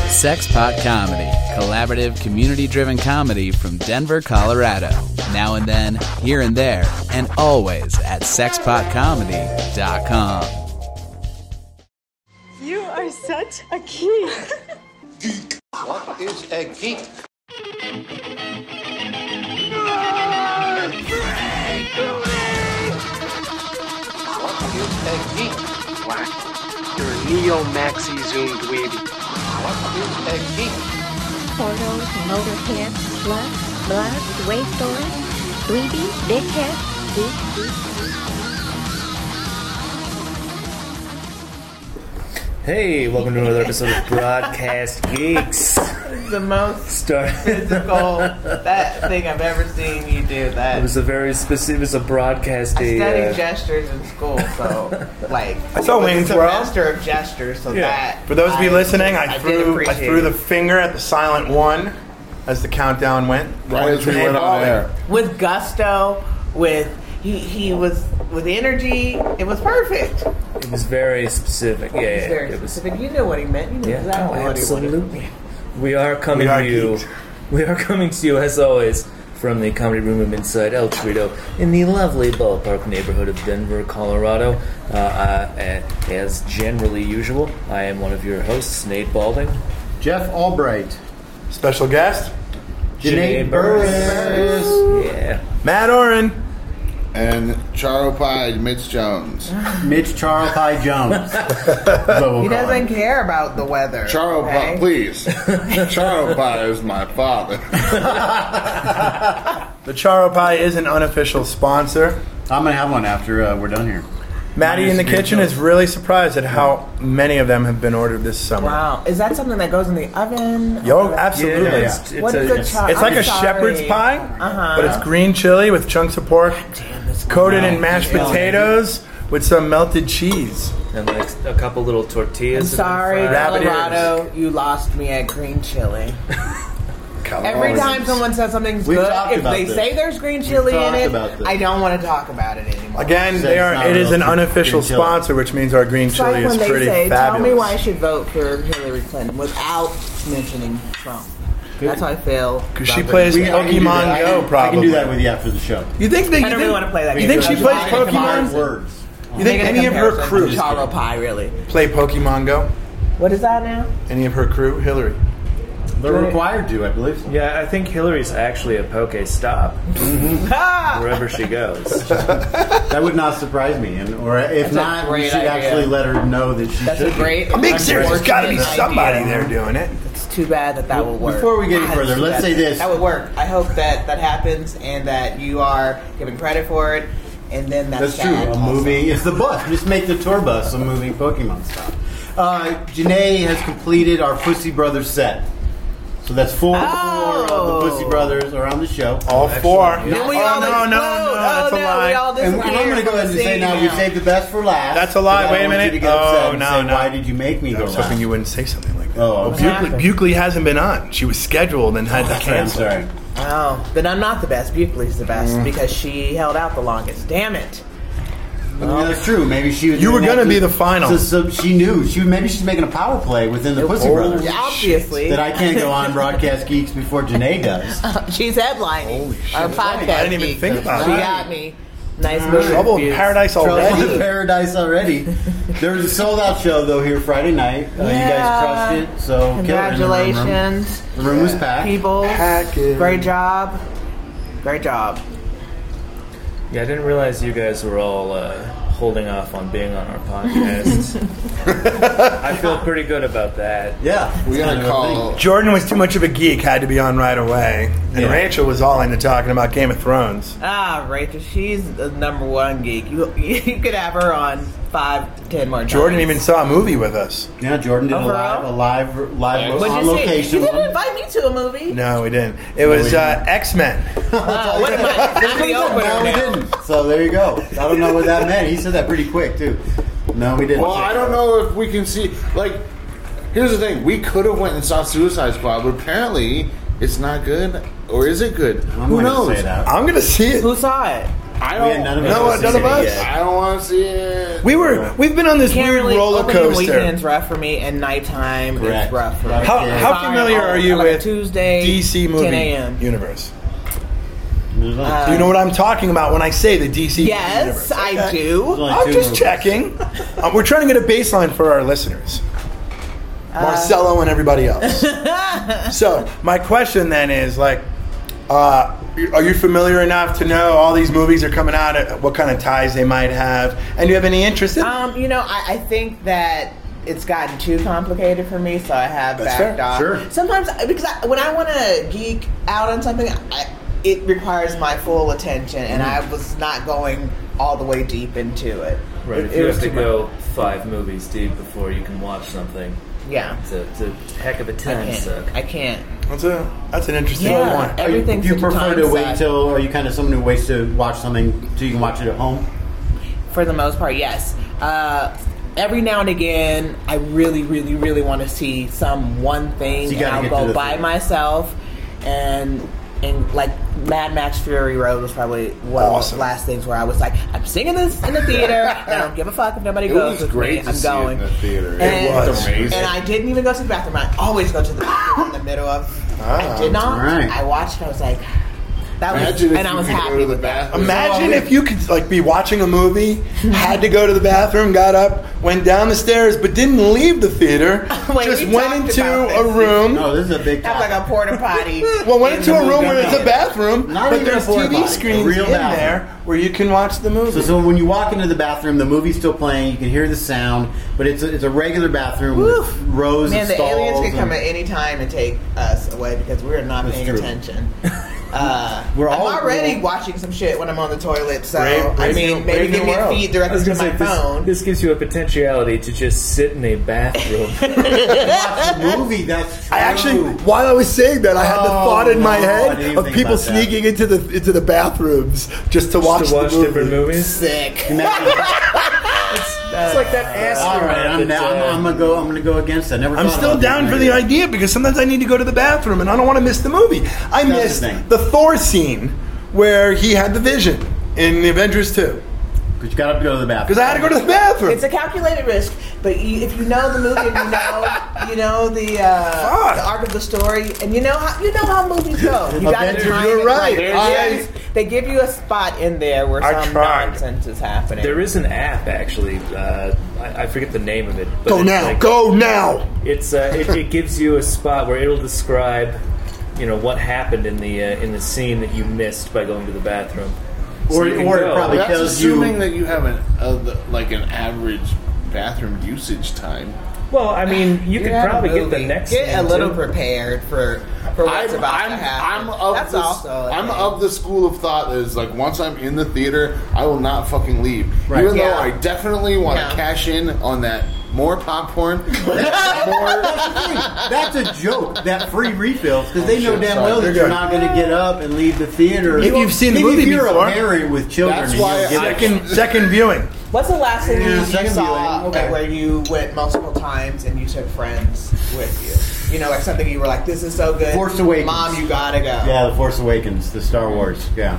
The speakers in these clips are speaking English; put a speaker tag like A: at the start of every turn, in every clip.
A: Sexpot Comedy, collaborative, community driven comedy from Denver, Colorado. Now and then, here and there, and always at sexpotcomedy.com.
B: You are such a geek.
C: What is a geek? What is a geek?
D: You're a neo maxi zoom dweeby.
C: What is a geek?
E: Portals, motorhead, slut, blood, waste story, dweeby, dickhead, geek, geek, geek.
F: Hey, welcome to another episode of Broadcast Geeks.
G: the most
F: Start. it
G: physical that thing I've ever seen you do. That
F: was a very specific. It was a broadcast.
G: I
F: day,
G: studied
F: uh,
G: gestures in school, so like I
H: saw Wayne's
G: a
H: World.
G: master of gestures. So
H: Yeah.
G: that
H: For those of you
G: I-
H: listening, I,
G: did
H: threw I
G: appreciate
H: threw
G: it.
H: the finger at the silent one as the countdown went.
I: Right as we went on air.
G: with gusto. With he he was with energy. It was perfect. It
F: it was very specific. Yeah,
G: was very
F: it was.
G: specific. You knew what he meant. You knew
F: Yeah,
G: exactly
F: oh,
G: what he wanted.
F: absolutely. We are coming
H: We are
F: to you.
H: geeks.
F: We are coming to you as always from the comedy room inside El Torito in the lovely ballpark neighborhood of Denver, Colorado. Uh, I, a- as generally usual, I am one of your hosts, Nate Balding.
I: Jeff Albright.
H: Special guest,
F: Janae Burris. Yeah.
H: Matt Oren.
I: And Charo Pie, Mitch Jones.
J: Mitch Charles Pye Jones.
G: He doesn't care about the weather.
I: Charo Pie,
G: okay?
I: please. Charo Pie is my father.
H: The Charo Pie is an unofficial sponsor.
J: I'm gonna have one after uh, we're done here.
H: Maddie in the kitchen is really surprised at how many of them have been ordered this summer.
G: Wow, is that something that goes in the oven? Uh-huh.
H: Yo, absolutely.
F: Yeah,
H: It's,
F: It's, it's
G: What
F: a,
G: is a char-
H: like
G: I'm
H: a
G: sorry.
H: shepherd's pie,
G: Uh-huh.
H: but it's green chili with chunks of pork, coated in mashed potatoes with some melted cheese.
F: and like a couple little tortillas.
G: I'm
F: have been
G: sorry,
F: fried.
H: Rabbit
G: Colorado, you lost me at green chili. Every time someone says something's
J: We've
G: good,
J: talked
G: if
J: about
G: they
J: this.
G: say there's green chili in
J: talked
G: it,
J: about this.
G: I don't want to talk about it anymore.
H: Again,
J: Said
H: they
J: it's
H: are.
J: not
H: It is an
J: real green
H: unofficial
J: chili.
H: sponsor, which means our green
G: It's
H: chili
G: like
H: is
G: when they
H: pretty
G: say,
H: fabulous.
G: "Tell me why I should vote for Hillary Clinton" without mentioning Trump. That's how I feel.
H: Because she
G: about
H: plays
G: Britney Spears.
J: I can do that. I
H: Pokemon
J: can-
H: Go, probably.
J: I can do that with you after the show.
H: You think that?
G: I don't really want to play that
H: You
G: game.
H: think she
G: That's
H: plays
G: why I
J: Come on,
G: combined-
H: Pokemon?
J: words.
H: You think
G: making a
H: any of her
G: comparison
H: crew
G: to Charo Pie, really.
H: play Pokemon Go?
G: What is that now?
H: Any of her crew? Hillary.
J: They're required to, I believe. So.
F: Yeah, I think Hillary's actually a poke stop
G: Ha!
F: wherever she goes.
J: That would not surprise me, and or if
G: a
J: not, we
G: great
J: should
G: idea.
J: actually let her know that she
G: That's
J: should.
G: a great.
H: I'm being serious. There's got to be
G: unfortunate
H: somebody
G: idea.
H: there doing it.
G: It's too bad that that would work.
J: Before we get any
G: God, it's
J: further,
G: too
J: let's
G: bad
J: say this.
G: That would work. I hope that that happens and that you are given credit for it. And then that's,
J: That's true.
G: sad
J: A
G: also.
J: moving. It's the bus. Just make the tour bus a moving Pokemon stop. Uh, Janae has completed our Pussy Brothers set, so that's four,
G: Oh.
J: four of the Pussy Brothers are on the show.
H: All four.
G: Then we
H: oh,
G: all
H: no, no,
G: explode.
H: no,
G: Oh,
H: That's a
G: no,
H: lie.
G: we all
J: And,
G: disappear
J: and I'm going to go ahead and
G: from the
J: say
G: scene
J: now we saved the best for last.
H: That's a lie.
J: because I
H: Wait a
J: want you
H: minute.
J: to get upset
H: Oh,
J: and
H: no,
J: say,
H: no.
J: Why did you make me
H: I
J: go
H: was hoping
J: last?
H: you wouldn't say something like that.
J: Oh, okay.
H: Buckley, Buckley hasn't been on. She was scheduled and had to
J: I'm
H: cancel.
J: sorry.
G: Oh, then I'm not the best. Buckley's the best
H: Mm.
G: because she held out the longest. Damn it.
J: I
G: Um,
J: mean, that's true. Maybe she. Was
H: You were
J: doing that
H: gonna be
J: to-
H: the final.
J: So, so she knew. She maybe she's making a power play within the Pussy Brothers.
G: Obviously.
J: That I can't go on broadcast geeks before Janae does.
G: She's headlining our podcast.
H: I didn't even
G: geek.
H: think about Mm.
G: She
J: it.
G: got me. Nice move.
H: Trouble in
G: Bukes.
H: paradise
J: Trouble in
H: already.
J: Paradise already. There was a sold out show though here Friday night. Uh,
G: Yeah.
J: You guys crushed it. So killer in the room.
G: Congratulations,
J: The room was packed.
G: people.
H: Package.
G: Great job. Great job.
F: Yeah, I didn't realize you guys were all uh, holding off on being on our podcast. I feel pretty good about that.
J: Yeah,
I: We gotta
J: Kind of a thing.
I: call.
H: Jordan was too much of a geek, had to be on right away. And
F: Yeah.
H: Rachel was all into talking about Game of Thrones.
G: Ah, Rachel, she's the number one geek. You you could have her on five to ten more times.
H: Jordan even saw a movie with us.
J: Yeah, Jordan did a live, a
G: Overall?
J: live, live
G: What'd
J: on
G: you say?
J: location.
G: You didn't invite me to a movie.
H: No, we didn't. It was uh, X Men.
G: Uh, what am I? I'm the opener
J: No, we
G: now.
J: didn't. So there you go. I don't know what that meant. He said that pretty quick too. No, we didn't.
I: Well, I don't know if we can see. Like, here's the thing: we could have went and saw Suicide Squad, but apparently it's not good, or is it good?
J: I'm
I: Who
J: not gonna
I: knows?
J: Say that.
H: I'm gonna see it.
G: Who saw it?
I: I
J: We
I: don't.
J: had none of
H: No,
J: us.
H: none of us.
I: I don't want to see it.
H: We were. We've been on this
G: Can't
H: weird
G: really,
H: roller
G: opening
H: coaster.
G: weekend's rough for me, and nighttime
J: Correct.
G: is rough for me.
H: How,
J: Yeah.
H: how
G: Fine,
H: familiar
G: oh,
H: are you
G: like
H: with
G: Tuesday
H: DC
G: 10
H: movie
G: a.m.
H: universe?
J: There's only
H: Do you know what I'm talking about when I say the DC movie
G: Yes,
H: universe?
G: I
H: Okay.
G: do.
J: only
H: I'm
J: two
H: just
J: movies.
H: checking. Um, we're trying to get a baseline for our listeners,
G: Uh.
H: Marcelo and everybody else. so my question then is like, uh, are you familiar enough to know all these movies are coming out? uh, What kind of ties they might have, and do you have any interest in?
G: Um, you know, I, I think that it's gotten too complicated for me, so I have
H: That's
G: backed
H: fair,
G: off.
J: sure.
G: Sometimes, because I, when I want to geek out on something, I, it requires my full attention, and
H: Mm-hmm.
G: I was not going all the way deep into it.
F: Right,
G: It-
F: if
G: it
F: you
G: was
F: have to
G: too much.
F: go five movies deep before you can watch something,
G: Yeah.
F: it's a, it's a heck of a
G: I
F: time suck.
G: can't. I can't.
H: that's a that's an interesting
G: Yeah.
H: one.
J: Are you,
G: Everything's
J: do you
G: in the
J: prefer
G: time
J: to wait
G: suck.
J: till? Are you kind of someone who waits to watch something till you can watch it at home?
G: Hmm? For the most part, yes. Uh, every now and again, I really, really, really want to see some one thing,
J: So you
G: and
J: gotta
G: I'll
J: get to
G: go
J: the
G: by
J: theater.
G: myself. And and like Mad Max Fury Road was probably one of
H: Awesome.
G: the last things where I was like, I'm singing this in the theater, and I don't give a fuck if nobody
I: It
G: goes
I: was
G: with
I: great
G: me.
I: to
G: I'm
I: see
G: going.
I: it in the theater.
G: And-
I: it was amazing.
G: And I didn't even go to the bathroom. I always go to the bathroom in the middle of. I did not.
J: alright.
G: I watched. and I was like, that was,
I: Imagine if
G: and I
I: you
G: was
I: could go
G: happy
I: to the
G: with that.
I: bathroom.
G: uh,
H: Imagine if you could like be watching a movie, had to go to the bathroom, got up, went down the stairs, but didn't leave the theater.
G: Wait,
H: just
G: we
H: went
G: talked
H: into
G: about
H: a
G: this.
H: room.
J: No, this is a big.
G: Have like a porta potty.
H: Well, went
G: in
H: into
G: the
H: a room
G: movie
H: where it's a
G: theater.
H: bathroom,
J: Not
H: but
J: even a
H: there's
J: porta
H: TV
J: potty, a
H: screens
J: real
H: in
J: bathroom.
H: there where you can watch the movie.
J: So, so when you walk into the bathroom, the movie's still playing. You can hear the sound, but it's a, it's a regular bathroom
G: Woof.
J: with rows
G: Man,
J: of
G: the
J: stalls.
G: aliens could come
J: and-
G: at any time and take us away because we're not
J: That's
G: paying
J: true.
G: attention. Uh,
J: We're
G: I'm
J: all-
G: already
J: we're-
G: watching some shit when I'm on the toilet, so
H: Brave-
G: I
H: brave
G: mean, maybe
H: new- brave
G: give
H: new
G: me a
H: world.
G: feed
F: I was
G: directly to
F: gonna
G: my
F: say, this-
G: phone.
F: This, gives you a potentiality to just sit in a bathroom.
J: That's a movie. That's true.
H: I actually, while I was saying that, I had the
J: Oh,
H: thought in my
J: no, I didn't
H: head
J: even
H: of
J: think
H: people
J: about that.
H: sneaking into the into the bathrooms just to watch,
F: to watch
H: the movie.
F: different movies.
G: Sick.
F: It's like that
J: All
F: astronaut.
J: right,
F: that,
J: I'm, down,
F: uh,
J: I'm, I'm gonna go. I'm gonna go against that. Never.
H: I'm
J: thought
H: still
J: about
H: down
J: that.
H: for the idea because sometimes I need to go to the bathroom and I don't want to miss the movie. I
J: the
H: missed
J: thing.
H: the Thor scene where he had the vision in the Avengers 2
J: But you got to go to the bathroom.
H: because I had to go to the bathroom.
G: It's a calculated risk, but you, if you know the movie, and you know you know the uh,
H: Fuck.
G: the arc of the story, and you know how you know how movies go. You got to
J: Avengers,
G: time
H: you're
G: it
H: right.
G: They
H: I-
G: give you- they give you a spot in there where
H: I
G: some
H: tried.
G: nonsense is happening.
F: there is an app actually. Uh, I, I forget the name of it. But
H: go
F: it's
H: now,
F: like-
H: go now.
F: It's uh, it, it gives you a spot where it'll describe, you know, what happened in the uh, in the scene that you missed by going to the bathroom. So
J: Or-
F: you can
J: or it
F: go.
J: probably-
I: That's
J: tells
I: assuming
J: you-
I: that you have an uh, the- like an average bathroom usage time.
F: Well, I mean, you could
G: Yeah,
F: probably get the
G: movie.
F: next.
G: Get a
F: scene,
G: little
F: too.
G: prepared for for what's about to happen.
I: I'm of
G: That's
I: the,
G: also. a
I: I'm
G: thing.
I: of the school of thought that is like once I'm in the theater, I will not fucking leave.
J: Right.
I: Even
G: Yeah.
I: though I definitely want to
G: Yeah.
I: cash in on that more popcorn, more
J: That's a joke. That free refills because they know
I: shit,
J: damn
I: sorry.
J: well that
H: They're
J: you're
H: good.
J: not going to get up and leave the theater.
H: If you've seen the
J: Maybe
H: movie
J: if you're
H: before.
J: a parent with children,
I: That's
J: and you
I: why
J: don't get
I: I
J: it.
H: Second, second viewing.
G: What's the last thing
J: Yeah,
G: you, you
J: second
G: saw
J: viewing. Okay.
G: where you went multiple times and you took friends with you? You know, like something you were like, "This is so good."
J: Force Awakens.
G: Mom, you gotta go.
J: Yeah, The Force Awakens, the Star Wars. Yeah.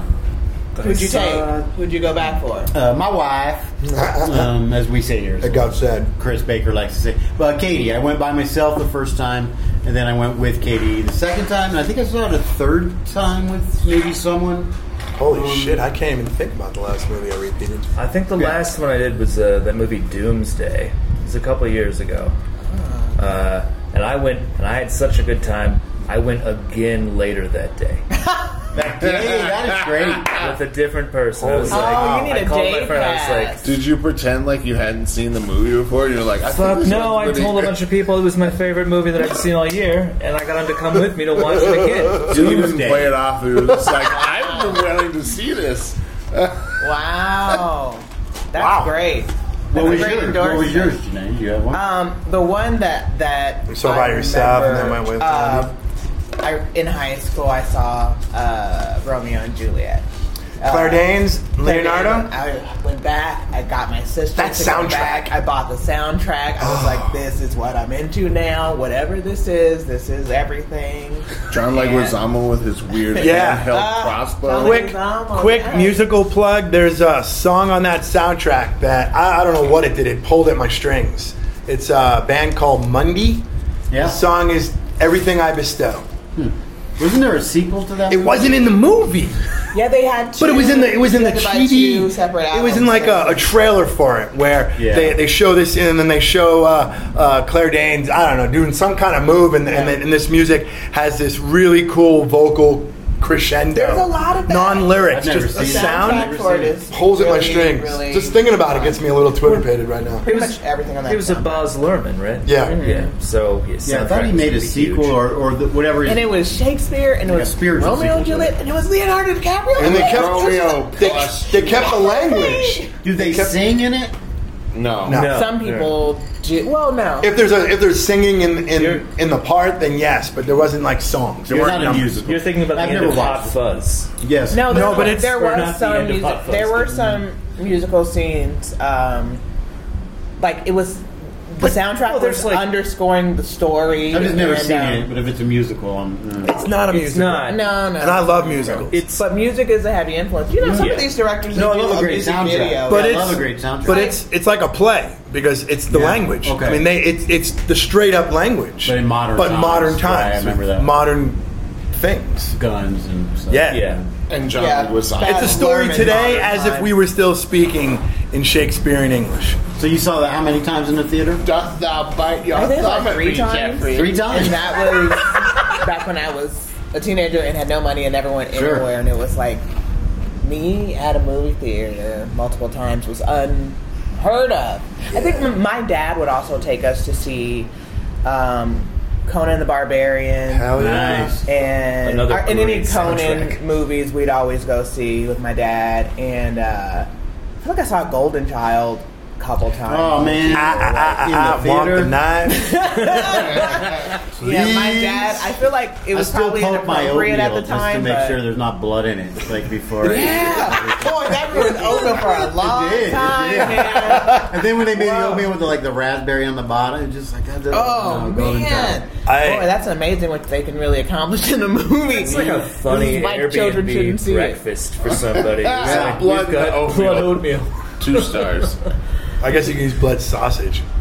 G: Who'd you
F: uh,
G: take? Who'd you go back for?
J: Uh, my wife, um, as we say here,
H: It got said.
J: Chris Baker likes to say. But Katie, I went by myself the first time, and then I went with Katie the second time, and I think I saw it a third time with maybe someone.
H: Holy shit! I can't even think about the last movie I repeated.
F: I think the
J: Yeah.
F: last one I did was uh, that movie Doomsday. It was a couple years ago,
G: Ah.
F: uh, and I went and I had such a good time. I went again later that day
J: Hey, that is great.
F: with a different person. I was
G: Oh,
F: like,
G: you need
F: um, I
G: a
F: called
G: day
F: my friend. I was like,
G: pass.
I: Did you pretend like you hadn't seen the movie before? And you're like, I think
F: Fuck
I: this
F: no! I
I: one's pretty
F: told a
I: good.
F: bunch of people it was my favorite movie that I've seen all year, and I got them to come with me to watch it again.
I: You didn't
J: Tuesday.
I: play it off. It was just like I've been wanting to see this.
G: Wow, that's great. That's
J: What
G: a
J: was
G: great
J: yours? What
G: endorsement.
J: was yours, Janae? You have one.
G: Um, the one that that
H: You saw by yourself and then went with
G: uh, I, in high school, I saw uh, Romeo and Juliet.
H: Claire Danes, Leonardo.
G: I went back. I got my sister.
H: That
G: to go
H: soundtrack.
G: back, I bought the soundtrack. I was like, "This is what I'm into now. Whatever this is, this is everything."
I: John Leguizamo with his weird
H: Yeah.
I: handheld
G: Ah,
I: crossbow.
G: Quick-
H: quick,
G: Leguizamo,
H: quick
G: yes.
H: musical plug. There's a song on that soundtrack that I, I don't know what it did. It pulled at my strings. It's a band called Mundy.
J: Yeah.
H: The song is "Everything I Bestow."
J: Wasn't there a sequel to that?
H: It wasn't in the movie,
G: Yeah, they had. Two,
H: but it was in the it was in the
G: they had to buy two separate
H: TV. It was in
G: albums.
H: like a, a trailer for it where
J: Yeah.
H: they, they show this and then they show uh, uh, Claire Danes. I don't know doing some kind of move and and, then, and this music has this really cool vocal crescendo.
G: There's a lot of that.
H: non lyrics,
J: I've never
H: just a
G: The
J: seen it.
H: sound.
G: soundtrack for it is
H: pulls at my
G: really,
H: strings.
G: really-
H: Just thinking about it gets me a little twitter right now.
G: Pretty much everything on that.
F: It was a
G: soundtrack.
F: Boz Lerman, right?
H: Yeah.
F: Yeah. So yeah,
J: Yeah, I thought he
F: soundtrack
J: made a
F: was
J: sequel
F: huge.
J: or, or the, whatever.
G: and it was Shakespeare, and it
J: Like a
G: was
J: spiritual
G: Romeo and
J: sequel to
G: Juliet, and it was Leonardo DiCaprio.
H: And they
G: Oh my
H: kept
G: gosh,
I: Romeo
H: They,
I: plus.
H: they kept the language.
J: do they
H: kept-
J: sing in it?
I: No.
H: No.
F: No.
G: Some people, do, well, no.
H: If there's a if there's singing in
F: You're-
H: in, in the part, then yes, but there wasn't like songs. There
J: It's
H: weren't
J: not a
H: numbers.
J: musical.
F: You're thinking about
J: I've
F: the end
J: never
F: of Hot
J: watched.
F: Fuzz.
J: it. Yes.
G: No, there,
H: No, but it's-
G: there
F: Or
G: was
F: not the
G: some
F: end of
G: music.
F: Hot Fuzz,
G: There were
F: but-
G: some musical scenes, um, like it was the soundtrack
F: well, there's,
G: was
F: like-
G: underscoring the story.
J: I've just never
G: and,
J: seen
G: um,
H: uh,
J: it, but if it's a musical, I'm. Uh,
H: It's not a
F: It's
H: musical.
F: not.
G: No, no.
H: And I love musicals.
F: It's
G: but music is a heavy influence. You know, some
F: Yeah.
G: of these directors
J: no, I
G: do
J: love a great
G: music
J: soundtrack.
G: video.
H: But
J: I
H: it's-
J: love a great soundtrack.
H: but it's it's like a play because it's the
J: Yeah,
H: language.
J: okay.
H: I mean, they it's it's the straight up language.
J: But in modern
H: but
J: times,
H: modern
J: yeah, I
H: times,
J: remember that.
H: modern things.
J: guns and stuff.
H: Yeah,
F: yeah.
I: And John
G: Yeah.
I: Leguizamo.
G: Bad.
H: It's a story
G: Lerman,
H: today
G: modern
H: as if
G: times.
H: we were still speaking in Shakespearean English.
J: So you saw that how many times in the theater?
I: Doth thou bite your
G: I think it's
I: thumb
G: like
I: at me,
G: three times.
I: Jeffrey?
J: Three times.
G: and that was back when I was a teenager and had no money and never went
J: Sure.
G: anywhere, and it was like me at a movie theater multiple times was unheard of. I think m- my dad would also take us to see um, Conan the Barbarian.
H: Hell yeah.
J: Nice.
G: and
F: Another
G: or- and any
F: great
G: Conan
F: soundtrack.
G: movies we'd always go see with my dad, and uh, I feel like I saw Golden Child a couple times.
J: Oh
H: Ah,
J: man!
H: I, I, I, I want ah, the knife.
G: Yeah, my dad. I feel like it
J: I
G: was
J: still
G: probably
J: poke my
G: inappropriate
J: oatmeal
G: at the
J: just to
G: time.
J: make
G: but-
J: sure there's not blood in it, like before. I-
G: yeah, boy, that ruined oatmeal for a long
J: did, it
G: time.
J: did.
G: man.
J: And then when they made the oatmeal with the, like the raspberry on the bottom, it's just like that. doesn't-
G: Oh
J: no, golden
G: man,
J: child.
H: I-
G: boy, that's amazing what they can really accomplish in a movie.
F: It's like a funny
G: This is why children shouldn't
F: Airbnb
G: see it.
F: breakfast for somebody. It's like,
I: Blood
F: we've got
I: and
F: blood
I: oatmeal.
F: oatmeal.
I: Two stars.
H: I guess you can use blood sausage.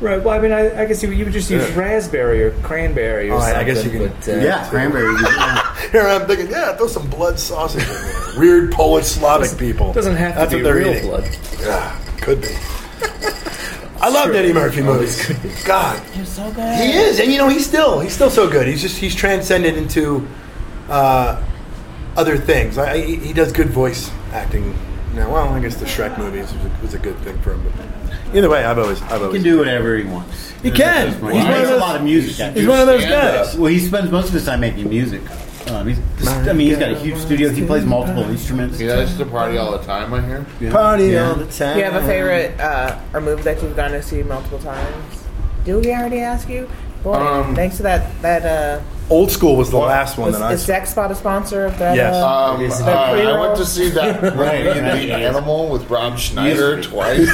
F: Right. Well, I mean, I, I guess you, you would just use raspberry or cranberry or
H: Oh,
F: something.
H: I guess you can-
F: But, uh,
J: Yeah, cranberry. yeah.
H: Here I'm thinking, yeah, throw some blood sausage in there. Weird Polish Slavic people.
F: It doesn't have
H: That's
F: to
H: what
F: be
H: they're
F: real
H: eating.
F: blood.
H: Ah, could be. I love Eddie Murphy movies. God,
G: You're so good.
H: he is, and you know he's still he's still so good. He's just he's transcended into uh, other things. I, I, he he does good voice acting. Now, well, I guess the Shrek movies was a, was a good thing for him. But either way, I've always I've
J: He can
H: always
J: do whatever he wants.
H: He can.
J: He's
H: He's one
J: makes
H: of
J: a
H: those-
J: lot of music. actually.
H: he's one of those
I: Stand-up.
H: guys.
J: Well, he spends most of his time making music. Um, he's, I mean, he's got a huge studio. He plays multiple instruments.
I: You guys to party all the time, I hear?
H: Party
J: Yeah.
H: all the time.
G: Do you have a favorite uh, or movie that you've gone to see multiple times? Did we already ask you? Boy,
I: Um,
G: thanks to that that uh,
H: Old School was the last one
G: was,
H: that I
G: is
H: saw.
G: Sex Spot a sponsor of that?
H: Yes.
G: uh,
I: Um,
F: Is it
I: uh, I
G: pre-roll?
I: went to see that
J: Right,
I: movie,
J: right.
I: The Animal with Rob Schneider twice. In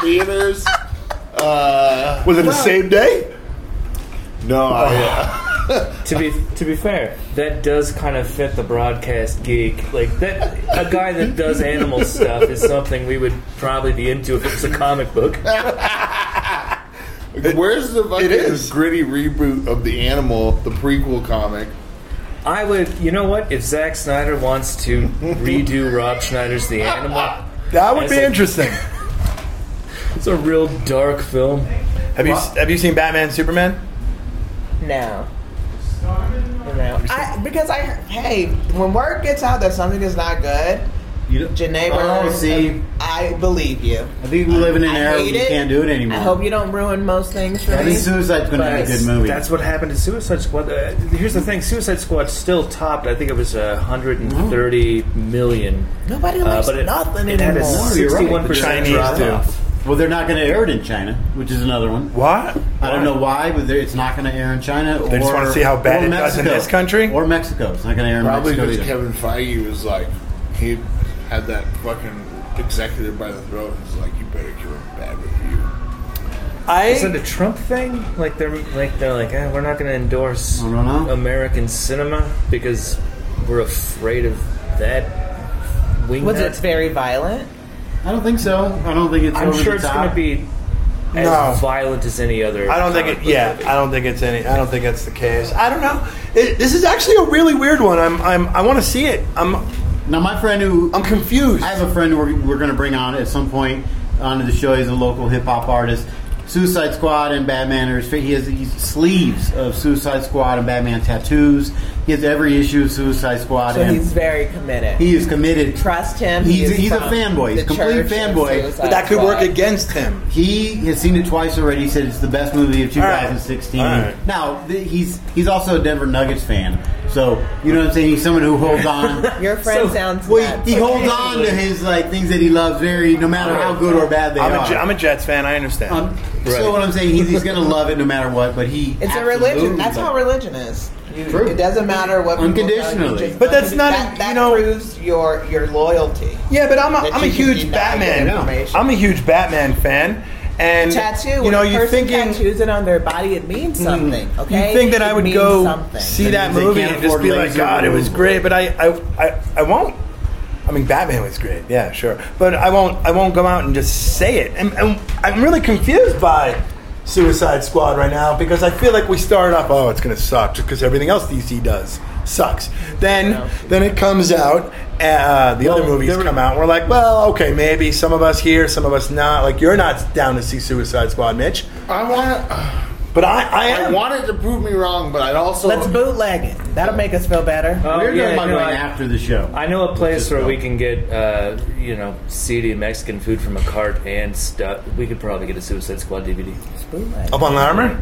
I: theaters. Uh,
H: Was it the same day?
I: no, I,
F: to be to be fair, that does kind of fit the broadcast geek. Like that, a guy that does animal stuff is something we would probably be into if it was a comic book.
I: where's the fucking
H: is.
I: gritty reboot of The Animal, the prequel comic?
F: I would, you know what? If Zack Snyder wants to redo Rob Schneider's The Animal,
H: That would
F: It's
H: be
F: like-
H: interesting.
F: it's a real dark film.
H: Have you have you seen Batman Superman?
G: No. No. I, because I, hey, when word gets out that something is not good,
J: You don't-
G: Janae
J: Oh,
G: Burns,
J: see.
G: I believe you.
J: I think we live in an
G: I
J: era where
G: hate
J: you
G: it.
J: can't do it anymore.
G: I hope you don't ruin most things for
J: I
G: me.
J: think Suicide's going to be a good movie.
F: That's what happened to Suicide Squad. Uh, here's the thing: Suicide Squad still topped. I think it was uh, 130 million.
G: Nobody
F: Uh,
G: likes
F: but it,
G: nothing
J: Uh,
F: it had a
G: anymore.
J: you're right.
F: 61
H: The
F: percent
H: Chinese
F: drop
H: do.
F: off.
J: Well, they're not going to air it in China, which is another one.
H: What?
J: I don't know why, but they're- it's not going to air in China.
H: They just
J: or-
H: wanna see how bad
J: or
H: it does in
J: Mexico.
H: this country?
J: Or Mexico. It's not going to air in
I: Probably
J: Mexico.
I: because
J: either.
I: Kevin Feige was like, he had that fucking executive by the throat and was like, you better give him a bad review.
F: Is it
H: I
F: a Trump thing? Like they're like they're like, eh, we're not going to endorse
J: I don't know.
F: American cinema because we're afraid of that. Wing
G: Was
F: nut.
G: it very violent?
J: I don't think so. I don't think it's.
F: I'm
J: over
F: sure
J: the
F: it's
J: top.
F: going to be as
H: No.
F: violent as any other.
H: I don't think
F: comic
H: it.
F: book
H: Yeah,
F: movie.
H: I don't think it's any. I don't think that's the case. I don't know. It, this is actually a really weird one. I'm. I'm. I want to see it. I'm.
J: Now, my friend who
H: I'm confused.
J: I have a friend we're, we're going to bring on at some point onto the show. He's a local hip hop artist. Suicide Squad and Batman are his fa- He has these sleeves of Suicide Squad and Batman tattoos. He has every issue of Suicide Squad.
G: So
J: and
G: he's very committed.
J: he is committed.
G: Trust him.
J: He's,
G: He is
J: he's a
G: from
J: fanboy. He's a
G: the
J: complete
G: church and
J: fanboy.
G: Suicide
H: But that could work
G: Squad.
H: against him.
J: He has seen it twice already. He said it's the best movie of 2016.
H: All right. All right.
J: Now th- he's he's also a Denver Nuggets fan, so you know what I'm saying. He's someone who holds on.
G: Your friend sounds
J: well, he, he
G: nuts.
J: holds on to his like things that he loves very, no matter how good or bad they
H: I'm
J: are.
H: a, Je- I'm a Jets fan. I understand.
J: Um, So what I'm saying, he's, he's going to love it no matter what. But he
G: It's a
J: absolutely
G: religion. That's
J: loves
G: how
J: it.
G: religion is. You,
J: True.
G: It doesn't matter what people tell you,
J: Unconditionally.
G: just-
H: But that's not- e-,
G: that, that
H: you know-
G: proves your your loyalty.
H: Yeah, but I'm a,
G: that
H: I'm a
G: you can
H: huge
G: deny
H: Batman.
G: the information.
H: I'm a huge Batman fan, and
G: Tattoo.
H: You know,
G: when a
H: you're
G: person
H: thinking
G: tattoos it on their body, it means
J: Mm-hmm.
G: something. Okay.
H: you think that
G: It
H: I would
G: means
H: go
G: something.
H: see that
J: That means they
H: movie
J: can't
H: and just
J: afford
H: be like,
J: laser
H: God, it was
J: removal."
H: great, but I, I, I, I won't. I mean, Batman was great, yeah, sure, but I won't. I won't go out and just say it. And, and I'm really confused by Suicide Squad right now because I feel like we start off, oh, it's gonna suck, just because everything else DC does sucks. Then, then it comes out. Uh, the other movies come out. We're like, well, okay, maybe some of us here, some of us not. Like, you're not down to see Suicide Squad, Mitch,
I: I want
H: but I, I
I: I
H: am.
I: wanted to prove me wrong, but I'd also
G: Let's bootleg it. That'll make us feel better.
H: Uh,
F: Oh,
J: We're
F: yeah,
J: talking about
F: no,
J: going
F: I-
J: after the show.
F: I know a place
J: just
F: where
J: go.
F: we can get, uh, you know, seedy Mexican food from a cart and stuff. We could probably get a Suicide Squad DVD.
G: Bootleg.
H: up on Larmer.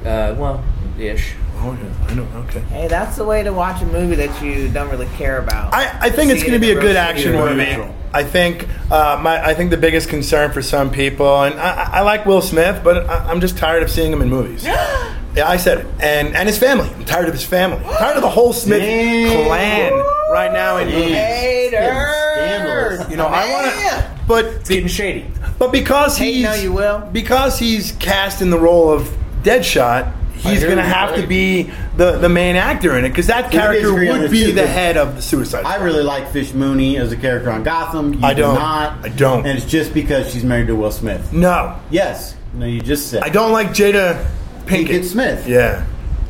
F: Uh, well, ish.
H: Oh yeah, I know. Okay.
G: Hey, that's the way to watch a movie that you don't really care about.
H: I, I think it's
G: See
H: going
G: it
H: to be
G: in
H: a
G: the
H: good
G: grocery
H: action
G: store.
H: movie. I think uh, my I think the biggest concern for some people, and I, I- I like Will Smith, but I, I'm just tired of seeing him in movies. yeah, I said it, and and his family. I'm tired of his family. I'm tired of the whole Smith
J: Damn.
H: clan right now in movies.
G: Haters.
J: Scandalous.
H: You know, I
G: Man.
H: want to, but
F: It's getting shady.
H: but because
G: Hey,
H: he's
G: no, you will.
H: because he's cast in the role of Deadshot. He's
I: hear
H: going to
I: you,
H: have to
I: right.
H: be the, the main actor in it because that character
J: disagree on
H: would
J: this
H: be
J: too,
H: the
J: but-
H: head of the Suicide.
J: I
H: Squad.
J: really like Fish Mooney as a character on Gotham. You
H: I don't.
J: Do not.
H: I don't.
J: And it's just because she's married to Will Smith.
H: no,
J: Yes. No, you just said.
H: I don't like Jada Pinkett.
J: Pinkett Smith.
H: Yeah.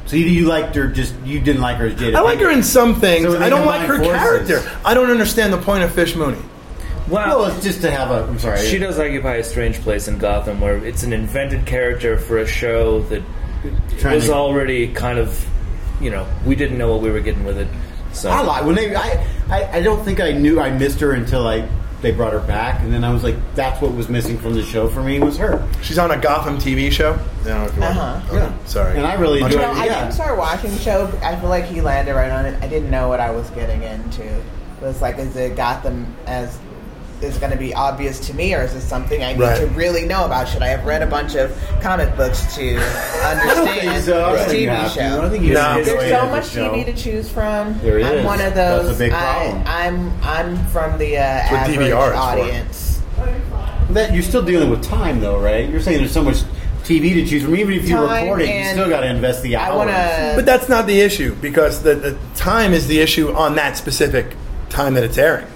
J: So you, you liked her. Just you didn't like her as Jada.
H: I like her in some things.
J: So they
H: I don't like her
J: combine forces.
H: character. I don't understand the point of Fish Mooney.
J: Well,
F: Wow.
J: it's just to have a. I'm sorry.
F: She does occupy a strange place in Gotham where it's an invented character for a show that
J: Trying
F: was
J: to-
F: already kind of, you know, we didn't know what we were getting with it. So
J: I like when they. I, I I don't think I knew I missed her until I they brought her back, and then I was like, that's what was missing from the show for me was her.
H: She's on a Gotham TV show. No, if you want.
G: Uh-huh.
J: Yeah.
H: Sorry.
J: And I really
H: Much-
J: enjoyed.
G: You know,
J: it.
G: I
J: yeah.
G: didn't start watching show. I feel like he landed right on it. I didn't know what I was getting into. It was like, is it Gotham as is going to be obvious to me, or is this something I need
H: Right.
G: to really know about? Should I have read a bunch of comic books to understand
J: so. I don't
G: this
J: think you
G: TV
J: have to. I don't
G: show?
J: think you
H: No.
J: have to
G: There's
J: enjoy it
G: so
J: as a
G: much
J: show.
G: TV to choose from.
J: There
G: I'm
J: is.
G: one of
J: That's a
G: those.
J: big problem.
G: I, am I'm from the uh,
H: what
G: average
H: DVR is for.
G: audience.
J: That you're still dealing with time, though, right? You're saying there's so much TV to choose from. Even if you're
G: Time
J: recording, you
G: and-
J: still got to invest the hours.
G: I want to.
H: But that's not the issue because the, the time is the issue on that specific time that it's airing.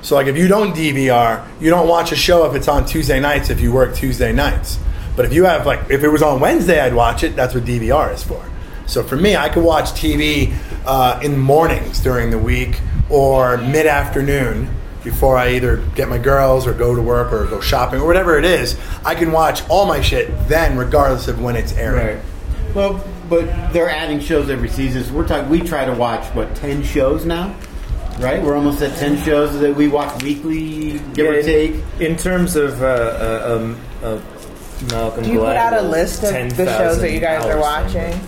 H: So, like, if you don't DVR, you don't watch a show if it's on Tuesday nights if you work Tuesday nights. But if you have, like, if it was on Wednesday, I'd watch it. That's what DVR is for. So, for me, I could watch TV uh, in mornings during the week or mid afternoon before I either get my girls or go to work or go shopping or whatever it is. I can watch all my shit then, regardless of when it's airing.
J: Right. Well, but they're adding shows every season. So we're talking. We try to watch what ten shows now, right? We're almost at ten shows that we watch weekly, give
F: Yeah,
J: or
F: in-
J: take.
F: In terms of uh, uh, um, uh, Malcolm
G: Do you put
F: Gladwell,
G: out a list of the shows that
F: 10,000
G: you guys are
F: hours.
G: watching?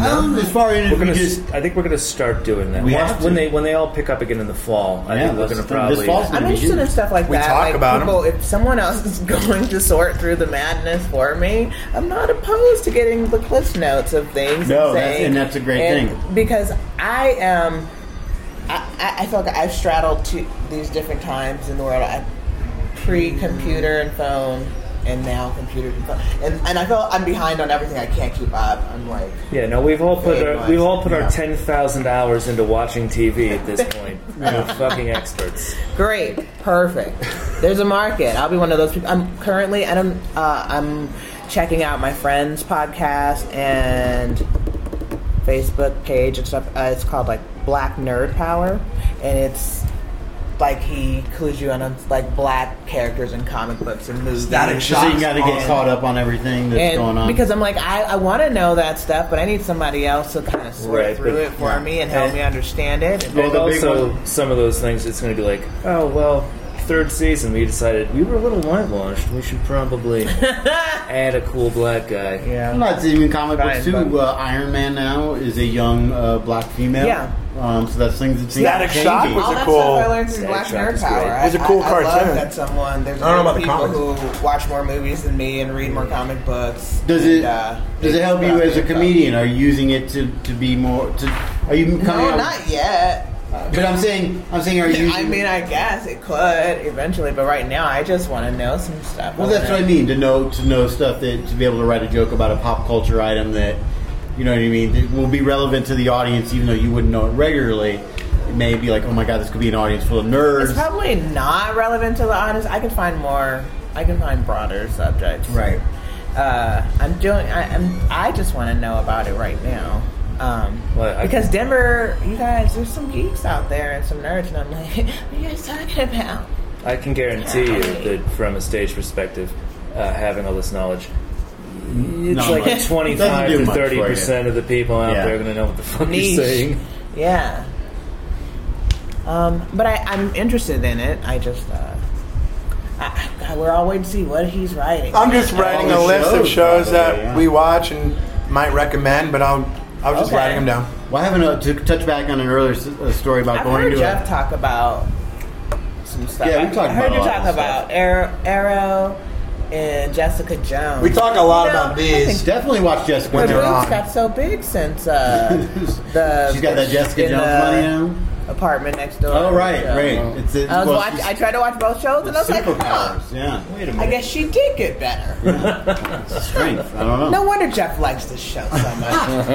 J: Um, as far as
F: We're gonna,
J: we
F: s-
J: just,
F: I think we're gonna start doing that.
J: We
F: Once-
J: have to.
F: when they when they all pick up again in the fall, I
J: Yeah,
F: think we're
J: let's-
F: gonna
J: this
F: probably.
J: fall's gonna
G: I'm
J: be
G: interested in
J: huge.
G: stuff like
H: We
G: that.
H: talk
G: like
H: about 'em.
G: people, if someone else is going to sort through the madness for me, I'm not opposed to getting the cliff notes of things.
J: No,
G: and,
J: that's-
G: saying-
J: and that's a great
G: and-
J: thing.
G: because I am. I, I- I feel like I've straddled two, these different times in the world. I pre-computer and phone, and now computer and phone, and, and I feel I'm behind on everything. I can't keep up. I'm like,
F: Yeah, no, we've all put
J: Very
F: our,
J: much.
F: we've all put
J: Yeah.
F: our ten thousand hours into watching TV at this point. We're fucking experts.
G: Great, perfect. There's a market. I'll be one of those people. I'm currently. I don't. Uh, I'm checking out my friend's podcast and Facebook page and stuff. Uh, it's called like Black Nerd Power, and it's like he clues you in on like black characters in comic books and movies.
H: Static
J: so
H: shock.
J: you got to get caught up on everything that's
G: And
J: going on.
G: because I'm like I, I want to know that stuff, but I need somebody else to kind of sort
F: Right,
G: through
F: but-
G: it for me and help me understand it.
J: Well,
F: and
J: the big
F: also,
J: one-
F: some of those things, it's going to be like, oh well, third season, we decided we were a little whitewashed. We should probably add a cool black guy.
J: Well, That's even comic books
G: Fine,
J: too.
G: fine.
J: Uh, Iron Man now is a young uh, black female.
G: Yeah.
J: Um, so that's things that
H: Static
J: changing.
H: Shock
G: All
H: was- It's a
G: that
H: cool-
G: stuff I learned through
F: Star
G: Black
F: Trek
G: Nerd
F: is great.
G: Power. I-
H: It's a cool
G: I, I
H: cartoon.
G: love that someone there's
H: I don't know about the
G: people
H: comics.
G: who watch more movies than me and read more comic books.
J: Does
G: and,
J: it
G: uh,
J: does it help you as a comedian? Are you using it to, to be more? To, are you coming
G: No,
J: out?
G: not yet.
J: But I'm saying I'm saying are you? Using,
G: I mean, I guess it could eventually, but right now I just want to know some stuff.
J: well, that's what I mean to know to know stuff that to be able to write a joke about a pop culture item that you know what I mean that will be relevant to the audience even though you wouldn't know it regularly. It may be like, oh my god, this could be an audience full of nerds.
G: It's probably not relevant to the audience. I can find more. I can find broader subjects.
J: Right.
G: Uh, I'm doing. I, I'm. I just want to know about it right now. Um,
F: Well, I-
G: because Denver, you guys, there's some geeks out there and some nerds, and I'm like, what are you guys talking about?
F: I can guarantee you that from a stage perspective, uh, having all this knowledge, it's
J: Not much. It
F: like
J: doesn't
F: twenty five
J: do
F: to
J: much for
F: thirty percent
J: you.
F: of the people out
J: Yeah.
F: there are going to know what the fuck
G: Niche.
F: you're saying.
G: Yeah. Um, but I, I'm interested in it. I just, uh, I, God, we're all waiting to see what he's writing.
H: I'm just writing a
J: the
H: list of
J: shows,
H: shows that
J: probably, yeah.
H: we watch and might recommend, but I'll I was just
G: Okay.
H: writing them down.
J: Well, I haven't uh, to touch back on an earlier s- uh, story about
G: I've
J: going
G: heard
J: to
G: Jeff
J: a,
G: talk about some stuff.
J: Yeah, we
G: I-
J: talked
G: I heard
J: about
G: you
J: a lot
G: talk
J: of
G: about Arrow, Arrow and Jessica Jones.
H: We talk a lot
G: You know,
H: about
G: I
H: these.
G: think
J: Definitely watch Jessica
G: Her
H: when
J: Jones.
H: they're
G: boobs
H: on.
G: got so big since uh, the
J: She's got that Jessica
G: in
J: Jones
G: the
J: money now.
G: apartment next door.
J: Oh right,
G: So,
J: right. It's, it's
G: I was
J: well,
G: watch,
J: she's-
G: I tried to watch both shows and I was like, huh,
J: superpowers. Yeah, wait a
G: I guess she did get better.
J: strength. I don't know.
G: No wonder Jeff likes this show so much.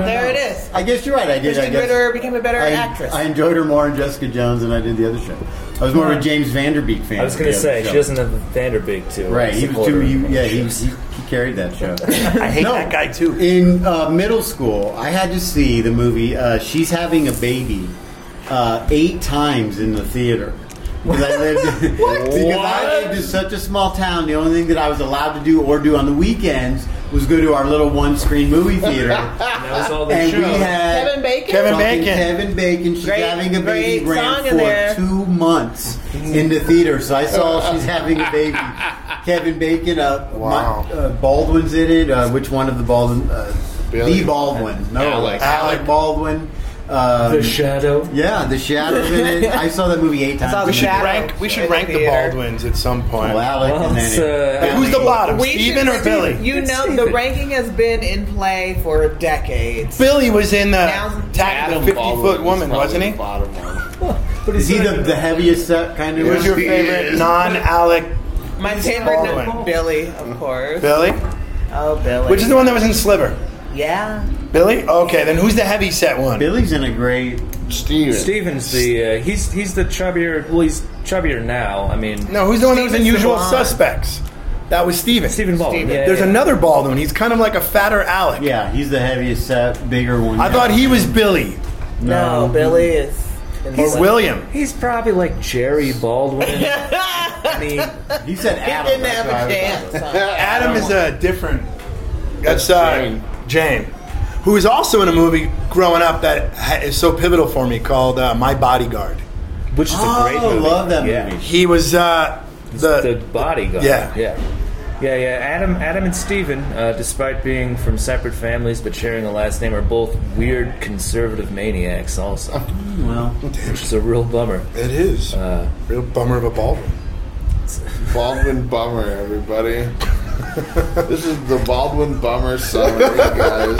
G: there it is.
J: I guess you're right. I did. I
G: Kristen
J: guess
G: Ritter became a better
J: I,
G: actress.
J: I enjoyed her more in Jessica Jones than I did the other show. I was more of a James Vanderbeek fan.
F: I was going
J: going to
F: to say she doesn't have the Vanderbeek to
J: Right, he was
F: support her.
J: too. He, yeah, he, was- he, he carried that show.
H: I hate
J: No.
H: that guy too.
J: In uh, middle school, I had to see the movie uh, "She's Having a Baby" uh, eight times in the theater because I lived because I lived in such a small town. The only thing that I was allowed to do or do on the weekends was go to our little one-screen movie theater,
F: And that was all the
J: and
F: show.
J: we had
G: Kevin Bacon.
H: Kevin
J: fucking
H: Bacon.
J: Kevin Bacon. She's
G: Great-
J: having a baby.
G: great
J: Ran
G: song in there.
J: for two months in the theater, so I saw she's having a baby. Kevin Bacon. Uh,
H: Wow.
J: my- uh, Baldwin's in it. Uh, which one of the Baldwin? Uh,
I: Billy.
J: the Baldwin. No,
I: Alec.
J: Alec, Baldwin. Um,
F: the shadow.
J: yeah, the shadows in it. I saw that movie eight times.
G: saw The
J: in
H: We should
G: Shadow.
H: rank. We should
G: In
H: rank the
G: theater.
H: Baldwins at some point.
J: Oh, Alec
F: Well,
J: and
F: it's,
J: then it-
F: uh,
H: Who's the bottom,
G: We
H: Steven
G: should-
H: or Billy?
G: You know, the ranking has been in play for decades.
H: Billy was in the
G: Now-
H: attack of the fifty foot woman, wasn't he?
I: Bottom one.
J: Is he the, the heaviest uh, kind of?
H: Who's your
J: one?
H: favorite non-Alec
G: My favorite
H: Baldwin.
G: number- Billy, of course.
H: Billy?
G: Oh, Billy.
H: Which is the one that was in Sliver?
G: Yeah.
H: Billy? Okay, then who's the heavy set one?
J: Billy's in a great.
I: Steven.
F: Steven's the uh, he's he's the chubbier. Well, he's chubbier now. I mean,
H: No, who's the one that was in
G: Steven's the
H: Usual
G: blonde.
H: Suspects? That was Steven.
F: Stephen Baldwin.
G: Steven.
F: Yeah,
H: There's
F: yeah.
H: another Baldwin. He's kind of like a fatter Alec.
J: Yeah, he's the heaviest set, bigger one.
H: I thought he was Billy
G: No,
J: No.
G: Billy is. in the
H: or
G: lead.
H: William.
F: He's probably like Jerry Baldwin. I mean,
J: he said
G: He
J: Adam.
G: didn't
J: that's
G: have
J: what I
G: a
J: was-
G: chance.
H: Adam is a different. That's uh,
I: Jane.
H: Jane, who was also in a movie growing up that ha- is so pivotal for me called uh, My Bodyguard.
F: which is a great
J: Oh,
F: movie.
J: love that
F: Yeah.
J: movie.
H: He was uh,
F: The
H: the,
F: bodyguard.
H: Yeah.
F: yeah. Yeah, yeah. Adam, Adam, and Steven, uh, despite being from separate families but sharing the last name, are both weird conservative maniacs. Also,
J: well,
F: which is a real bummer.
I: It is.
F: Uh,
I: Real bummer of a Baldwin. Baldwin bummer, everybody. this is the Baldwin bummer summary, guys.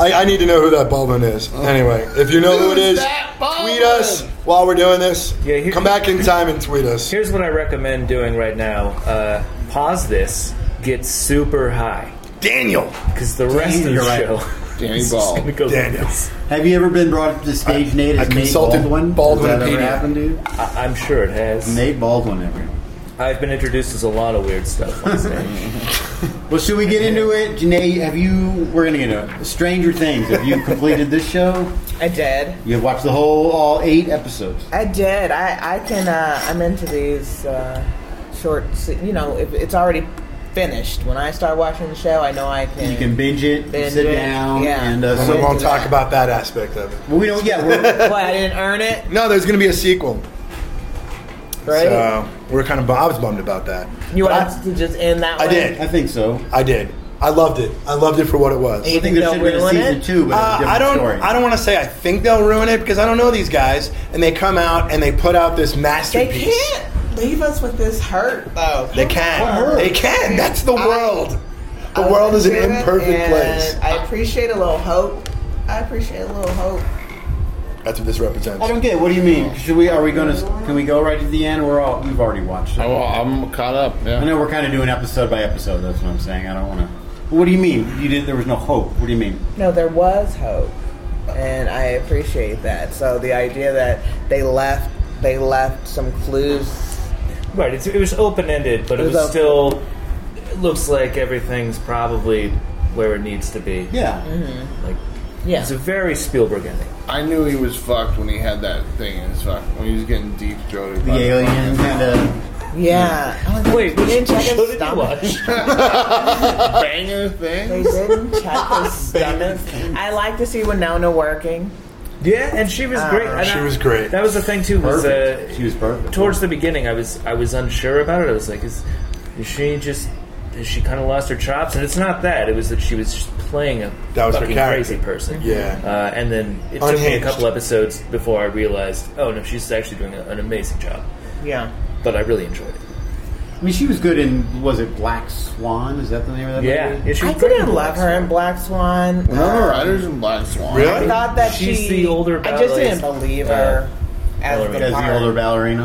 H: I, I need to know who that Baldwin is. Anyway, if you know who it is,
I: Who's that Baldwin?
H: tweet us while we're doing this.
F: Yeah, here-
H: Come back in time and tweet us.
F: here's what I recommend doing right now: uh, pause this, get super high,
H: Daniel.
F: because the rest of
J: You're
F: the
J: right.
F: show
I: Danny
F: is just
I: Ball.
F: gonna go like
H: Daniel.
F: this.
J: Have you ever been brought up to stage, Nate,
H: I
J: as Nate
H: consulted
J: Baldwin?
H: Baldwin
J: Has that ever
H: Pedia.
J: happened, dude?
F: I- I'm sure it has.
J: Nate Baldwin, everyone.
F: I've been introduced as a lot of weird stuff. on stage.
J: Well, should we get into it? Janae, have you, we're going to get into it. Stranger Things, have you completed this show?
G: I did.
J: You've watched the whole, all eight episodes.
G: I did. I I can. Uh, I'm into these uh, short. se- You know, if it's already finished. When I start watching the show, I know I can.
J: You can binge it,
G: Binge
J: sit
G: it,
J: down,
G: yeah.
J: and uh,
H: And
J: so
H: we won't talk about that aspect of it.
J: Well, we don't. Yeah, we're,
G: What I didn't earn it,
H: No, there's going to be a sequel.
G: right?
H: So we're kind of. bu- I was bummed about that.
G: you
H: but
G: want
H: I-
G: us to just end that?
H: I
G: way?
H: did.
J: I think so.
H: I did. I loved it. I loved it for what it was.
J: I think there
G: they'll
J: should have been a
G: ruin
J: season
G: it?
J: two, but
H: Uh,
J: it's a different
H: I don't.
J: story.
H: I don't want to say I think they'll ruin it because I don't know these guys, and they come out and they put out this
G: They
H: masterpiece.
G: can't leave us with this hurt, though.
H: They can. They can. That's the world. The
G: I
H: world is an
G: appreciate it,
H: imperfect
G: and
H: place.
G: I appreciate a little hope. I appreciate a little hope.
H: That's what this represents.
J: I don't get. it. What do you mean? Should we? Are we going to? Can we go right to the end? We're all. We've already watched it.
I: I'm, I'm caught up.
J: I
I: Yeah.
J: know we're kind of doing episode by episode. That's what I'm saying. I don't want to. What do you mean? You did. There was no hope. What do you mean?
G: No, there was hope, and I appreciate that. So the idea that they left, they left some clues.
F: Right, it's, it was open ended, but it
G: It
F: was,
G: was open.
F: still. It looks like everything's probably where it needs to be.
J: Yeah.
F: Like,
G: Yeah,
F: it's a very Spielberg ending.
I: I knew he was fucked when he had that thing in his fuck. When he was getting deep throated.
J: The aliens and uh,
G: yeah. I was like,
F: Wait,
G: they
F: which
G: didn't
F: show
G: check his
F: did you
G: stomach.
F: watch?
I: banger
G: They
I: thing.
G: didn't check his stomach. I like to see Winona working.
F: Yeah, and she was great. and
H: she
F: I-
H: was great.
F: That was the thing too. Was
J: perfect. she
F: uh,
J: was perfect.
F: towards the beginning, I was I was unsure about it. I was like, is, is she just? Is she kind of lost her chops? And it's not that. It was that she was just playing a
H: That was her
F: fucking
H: character.
F: crazy person.
H: Yeah.
F: Uh, and then it took me a
H: Unhinged.
F: couple episodes before I realized, oh no, she's actually doing a, an amazing job.
G: Yeah,
F: But I really enjoyed it.
J: I mean, she was good in. Was it Black Swan? Is that the name of that?
F: Yeah,
J: movie?
F: yeah she
G: I
F: was great
G: didn't
F: in
G: love
F: Black
G: her in
F: Swan.
G: Black Swan.
I: Remember
G: Uh,
I: Riders and Black Swan?
G: I
H: really?
G: thought that
F: She's
G: she,
F: the older
G: I just didn't
F: ballerina.
G: believe her as
F: ballerina.
G: the
J: As the
G: part.
J: older ballerina.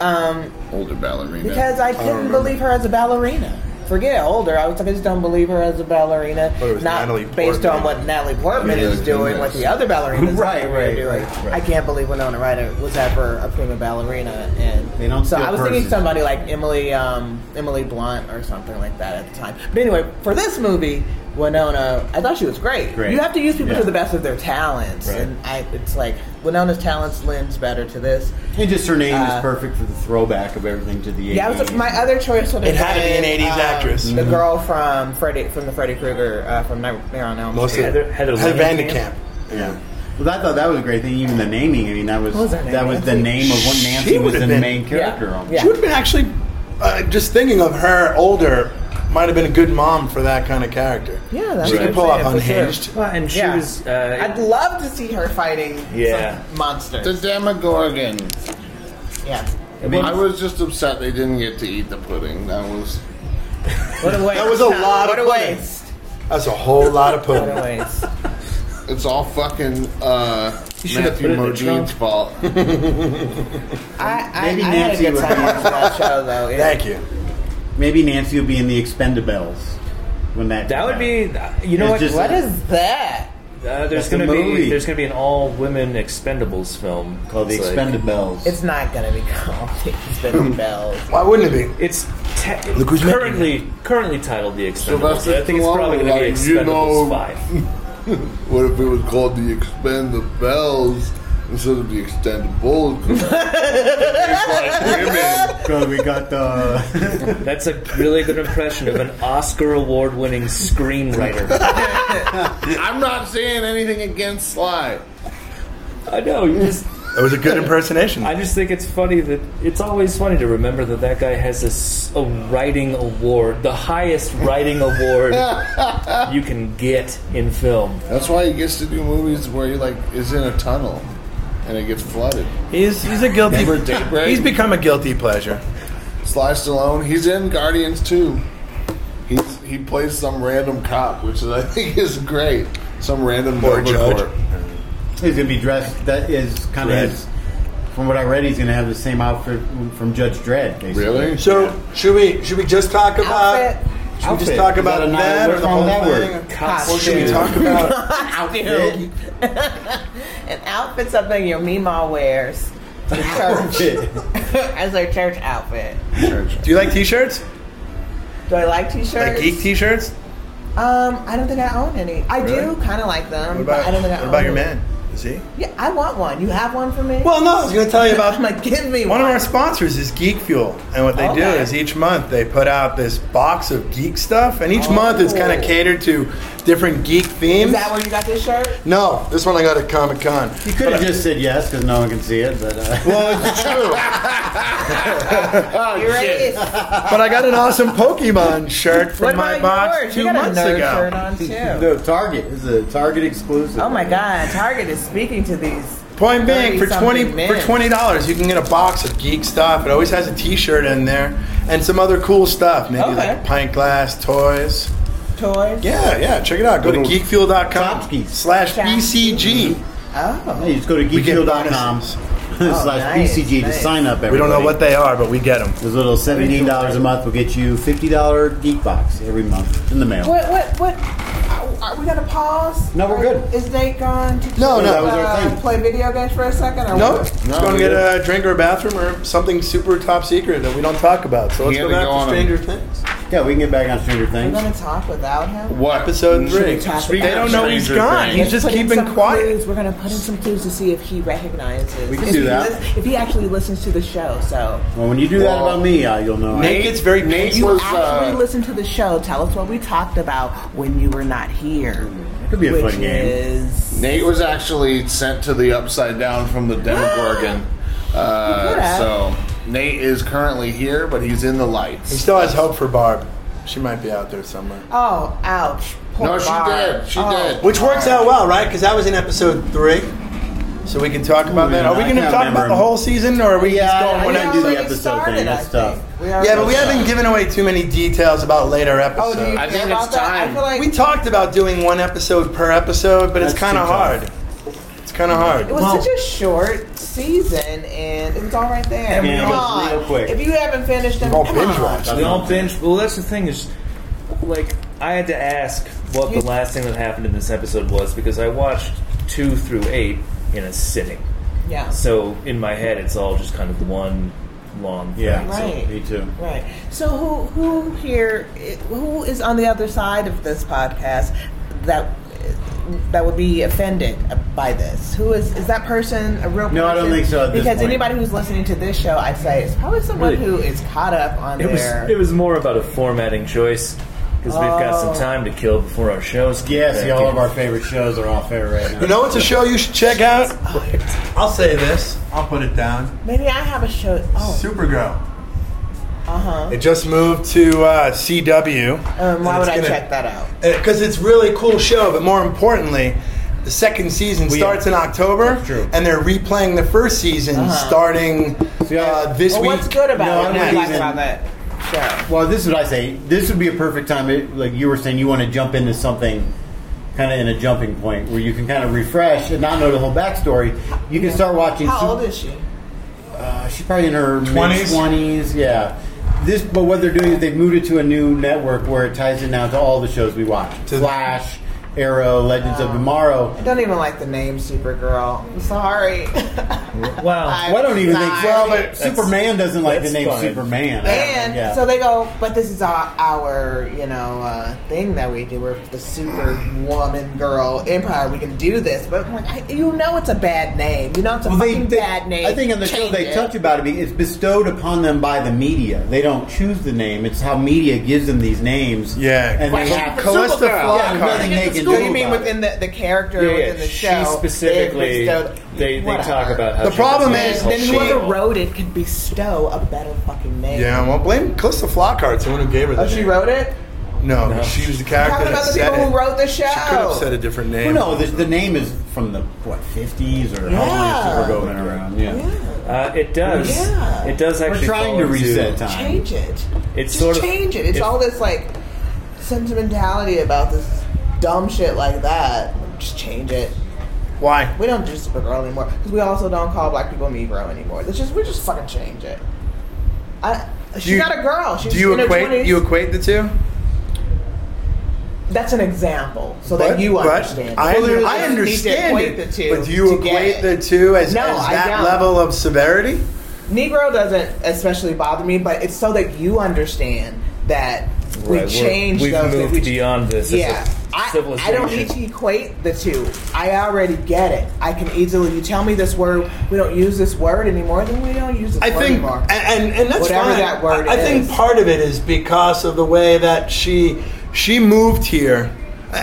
G: um,
I: Older ballerina.
G: because I couldn't believe her as a ballerina. Forget older. I was like, I just don't believe her as a ballerina.
H: But it was
G: Not
H: Natalie
G: based
H: Portman.
G: on what Natalie Portman
I: Yeah,
G: is doing,
I: yeah.
G: what the other ballerinas
J: Right,
G: are
J: right,
G: doing.
J: right, right.
G: I can't believe Winona Ryder was ever a prima ballerina. And
J: They don't
G: so
J: steal
G: I was thinking
J: purses.
G: somebody like Emily um, Emily Blunt or something like that at the time. But anyway, for this movie, Winona, I thought she was great.
J: Great.
G: You have to use people
J: Yeah.
G: to the best of their talents,
J: Right.
G: and I, it's like Winona's talents lends better to this.
J: And just her name
G: Uh,
J: is perfect for the throwback of everything to the 80s.
G: Yeah, it was my other choice would have
H: It had to be an
G: been,
H: 80s
G: um,
H: actress.
G: The girl from Freddy from the Freddy Krueger uh, from Nightmare on Elm
H: Mostly
G: Street.
F: Heather- Heather Langenkamp?
H: Vandekamp.
J: Yeah. Well, I thought that was a great thing. Even the naming. I mean, that was
G: What was her name,
J: that was the
G: Nancy?
J: name of what Nancy
H: She
J: was the
H: would've been-
J: main character
G: Yeah.
J: on.
G: Yeah.
H: She would have been actually. Uh, just thinking of her older might have been a good mom for that kind of character.
G: Yeah, that's
H: she
G: what
H: could
G: I'm
H: pull
G: saying,
H: off
G: for sure.
H: unhinged.
F: Well, and she
G: Yeah.
F: was.
G: I'd
F: Uh,
G: love to see her fighting
F: Yeah.
G: some monsters.
I: the Demogorgon.
G: yeah.
I: I was just upset they didn't get to eat the pudding. That was
G: What a waste.
H: That was a
G: huh?
H: lot
G: What
H: of
G: a
H: pudding.
G: waste.
H: That's a whole lot of
G: What a
H: pudding.
G: waste.
I: it's all fucking uh,
F: should have
I: Matthew
F: put it in the trunk.
I: Modine's fault.
G: I, I,
J: Maybe
G: I had a
J: Nancy
G: good
J: would-
G: time watching that show, though. Yeah.
H: Thank you.
J: Maybe Nancy will be in the Expendables when that.
F: that would be. You know
J: It's
F: what?
J: just-
G: What is that?
F: Uh, there's
J: That's a
F: going to be
J: movie.
F: there's going to be an all women Expendables film
J: called the
F: It's like-
J: Expendables.
G: It's not gonna be called
H: Hmm.
G: Spinning Bells.
H: Why wouldn't it be?
F: It's te-
H: Look who's making
F: currently currently titled the Expendables.
I: Sylvester
F: I think it's probably going to be
I: Stallone, like,
F: Expendables
I: you know-
F: Five.
I: What if it was called the Expend the Bells instead of the Extended Bulls? women.
J: Because we got the.
F: That's a really good impression of an Oscar award winning screenwriter.
I: I'm not saying anything against Sly.
F: I know you just
H: That was a good impersonation.
F: I just think it's funny that it's always funny to remember that that guy has this a writing award, the highest writing award you can get in film.
I: That's why he gets to do movies where he like is in a tunnel and it gets flooded.
H: He's he's a guilty.
I: Remember Daybreak?
H: He's become a guilty pleasure.
I: Sly Stallone, he's in Guardians too. He's he plays some random cop, which is, I think is great. Some random
H: Or
I: Nova
H: judge.
I: Corp.
J: He's gonna be dressed. That is kind of
H: Dredd.
J: his. From what I read, he's gonna have the same outfit from Judge Dredd. Basically.
I: Really?
H: So should we should we just talk about
G: Outfit.
H: should we just
J: Outfit.
H: talk
J: Is
H: about
J: that a
H: that
J: noun?
H: or the
J: What's
H: whole
J: wrong with that
H: thing?
J: word?
H: Or should we
G: Costume.
H: talk about
G: outfit. An outfit, something your mima wears to church as their church outfit.
H: Do you like t-shirts?
G: Do I like t-shirts?
H: Like geek t-shirts?
G: Um, I don't think I own any. I do
H: Really?
G: kind of like them,
H: What
G: but
H: about,
G: I don't think I
H: what
G: own
H: about your
G: any.
H: man? Is he?
G: Yeah, I want one. You have one for me?
H: Well, no, I was going to tell you about
G: I'm like, give me one.
H: One of our sponsors is Geek Fuel, and what they do
G: Okay.
H: is each month they put out this box of geek stuff, and each month it's kind
J: Oh.
H: of catered to different geek
G: Is
H: themes.
G: that where you got this shirt?
H: no, this one I got at Comic Con.
J: You could have just said yes because no one can see it, but uh,
H: Well, it's true,
G: You're right.
H: but I got an awesome Pokemon shirt
G: What
H: from my
G: about
H: box
G: yours?
H: two
G: you got
H: months
G: a nerd
H: ago.
G: shirt on too.
J: no, Target is a Target exclusive.
G: oh my God, Target is speaking to these.
H: Point being, for twenty
G: 30-something
H: for
G: men.
H: twenty dollars, you can get a box of geek stuff. It always has a T-shirt in there and some other cool stuff, maybe
G: Okay.
H: like pint glass, toys.
G: toys.
H: Yeah, yeah, check it out. Go to
J: Little
H: geekfuel.com
J: tchotchkes.
H: slash E BCG.
G: Oh.
J: Hey, you just go to
H: We get
J: geekfuel.com
H: bonuses.
J: slash
G: nice,
J: BCG to
G: nice.
J: sign up. Everybody.
H: We don't know what they are, but we get them.
J: This little seventeen dollars a month will get you fifty dollar geek box every month in the mail.
G: What? What? What? Are we gonna pause?
J: No, we're good.
G: Is Nate gone? To
H: No,
G: play,
H: no. That
J: was our
G: uh,
J: thing.
G: Play video games for a second. Or
H: No,
G: what?
H: let's go and
J: we
H: get a drink or a bathroom or something super top secret that we don't talk about. So let's
I: Yeah,
H: go
I: they
H: back
I: go on
H: to
I: 'em.
H: Stranger Things.
J: Yeah, we can get back on Stranger
G: We're
J: Things.
G: gonna talk without him.
I: What
H: Episode three.
G: talk
H: They
G: about
H: don't know he's
I: Stranger
H: gone.
I: Things.
H: He's just
G: Put in
H: keeping
G: some
H: quiet.
G: clues. We're gonna put in some clues to see if he recognizes.
J: We can
G: if
J: do
G: he
J: that.
G: lis- if he actually listens to the show, so
J: Well, when you do that
I: Well,
J: about me, uh, you'll know.
H: Nate gets very
I: Nate
H: pissed.
I: was
G: actually
I: uh,
G: listen to the show. Tell us what we talked about when you were not here.
J: it could be a
G: Which
J: fun game.
G: is
I: Nate was actually sent to the upside down from the Demogorgon. Uh,
G: could've.
I: so Nate is currently here, but he's in the
H: He
I: lights.
H: still has hope for Barb. She might be out there somewhere.
G: oh ouch. Poor
I: No, she
G: Barb.
I: did. She
G: Oh.
I: did.
H: Which works out well, right? Because that was in episode three. So we can talk about that.
J: yeah,
H: Are we
J: I
H: going to
J: can't
H: talk about
J: remember.
H: the whole season, or are we
J: Yeah,
H: just going
J: I
H: one
J: know.
H: episode?
J: do the
G: already
J: episode
G: started,
J: thing,
G: I
J: that's
G: think.
J: tough.
G: We
H: Yeah, but we
G: already-
H: haven't given away too many details about later
G: Oh,
H: episodes.
G: do you
I: I
G: care
I: think
G: about
I: it's
G: that? I
I: time.
G: feel like
H: We talked about doing one episode per episode, but it's
J: That's
H: kind of
J: too tough.
H: hard. It's kind of hard.
G: It was
J: Well-
G: such a short season, and it was all right there.
J: Yeah, it
G: Come
J: was
G: on.
J: real quick.
G: If you haven't finished them,
H: all
G: come
H: binge
G: on.
H: watched.
F: We all binge. Well, that's the thing is, like, I had to ask what the last thing that happened in this episode was because I watched two through eight in a sitting.
G: Yeah.
F: So in my head, it's all just kind of one long. thing.
J: Yeah,
G: Right.
J: me too.
G: Right. So who who here who is on the other side of this podcast that that would be offended by this? Who is is that person a real?
J: No, I don't
G: person?
J: think so at this
G: because
J: point.
G: anybody who's listening to this show, I say, is probably someone
F: Really?
G: who is caught up on
F: It was
G: their.
F: it was more about a formatting choice because we've got some
G: Oh.
F: time to kill before our shows. come
J: Yeah, see,
F: back
J: all
F: in.
J: of our favorite shows are off air right now.
H: You know what's a show you should check out? I'll say this. I'll put it down.
G: maybe I have a show. Oh,
H: Supergirl.
G: uh huh.
H: It just moved to uh, CW.
G: Um, why
H: And
G: would
H: it's
G: I
H: gonna-
G: check that out?
H: because Uh, it's really cool show. But more importantly, the second season
J: We-
H: starts in October,
J: That's true.
H: and they're replaying the first season starting uh, this
G: Uh-huh. Well,
H: week.
G: what's good
J: No,
G: about it?
J: I'm
G: What
J: not
G: do you like
J: even-
G: about that show?
J: Well, this is what I say. This would be a perfect time, it, like you were saying, you want to jump into something kind of in a jumping point where you can kind of refresh and not know the whole backstory. You can start watching.
G: How
J: Sup-
G: old is she?
J: Uh, she's probably in her
H: 20s?
J: mid twenties. Yeah. This, but what they're doing is they've moved it to a new network where it ties it now to all the shows we watch:
H: To-
J: Flash, Arrow, Legends of Tomorrow.
G: I don't even like the name Supergirl. I'm sorry.
F: wow.
J: Well, I don't even think.
G: Sorry.
J: Well, but
G: That's-
J: Superman doesn't like the
F: that's
J: name
F: fine.
J: Superman.
G: And
J: yeah.
G: so they go, but this is our, our you know, uh, thing that we do. We're the superwoman girl empire. We can do this. But I'm like, I, you know it's a bad name. You know it's a
J: Well, they-
G: fucking
J: they-
G: bad name.
J: I think in the show
G: Change
J: they
G: it.
J: touch about it. be- It's bestowed upon them by the media. They don't choose the name. It's how media gives them these names.
H: Yeah.
J: and they
H: Question
J: have
H: for Calista
J: Yeah,
H: Flockhart.
J: nothing they can
G: No, you mean within the, the character
F: Yeah, yeah,
G: within the
F: she
G: show?
F: specifically-
G: bestowed-
F: they- they
G: whatever.
F: talk about how The she
H: problem
F: is
G: then
F: she-
G: whoever wrote it could bestow a better fucking name.
H: Yeah, well, blame Calista Flockhart's the one who gave her the
G: Oh, she
H: name.
G: wrote it.
H: No, she was the character
G: Talking
H: that
G: about the
H: said
G: people
H: it.
G: who wrote the
H: She could have said
G: show.
H: a different
J: Well,
H: name.
J: no, the, the name is from the what fifties or how
G: Yeah.
J: long has Supergirl been around? Yeah,
F: Uh, it does.
G: Yeah.
F: It does
J: we're
F: actually.
J: trying
F: fall
J: to
F: into-
J: reset time.
G: Change it.
F: It's
G: Just
F: sort of-
G: change it. It's
F: if-
G: all this like sentimentality about this dumb shit like that. Just change it.
H: Why?
G: We don't do Supergirl anymore because we also don't call black people Negro anymore. It's just we just fucking change it. I she's
H: you-
G: not a girl. She's
H: Do you
G: in her
H: equate
G: 20s.
H: you equate the two?
G: That's an example so
H: But-
G: that you
H: but
G: understand.
H: I,
G: Well,
H: under,
G: there's-
H: I
G: you need to
H: understand
G: equate
H: it,
G: the two
H: but do you
G: to get
H: equate
G: it.
H: the two as,
G: No,
H: as
G: I
H: that
G: don't.
H: level of severity?
G: Negro doesn't especially bother me, but it's so that you understand that
F: Right,
G: we
F: we're-
G: changed
F: we've
G: those. that
F: moved
G: we-
F: beyond this as a
G: Yeah. I, I
F: civilization.
G: don't need to equate the two. I already get it. I can easily. You tell me this word. We don't use this word anymore. Then we don't use this
H: I
G: word
H: think,
G: anymore.
H: and, and, and that's
G: Whatever
H: fine.
G: that word
H: I, I think
G: is.
H: part of it is because of the way that she she moved here, uh,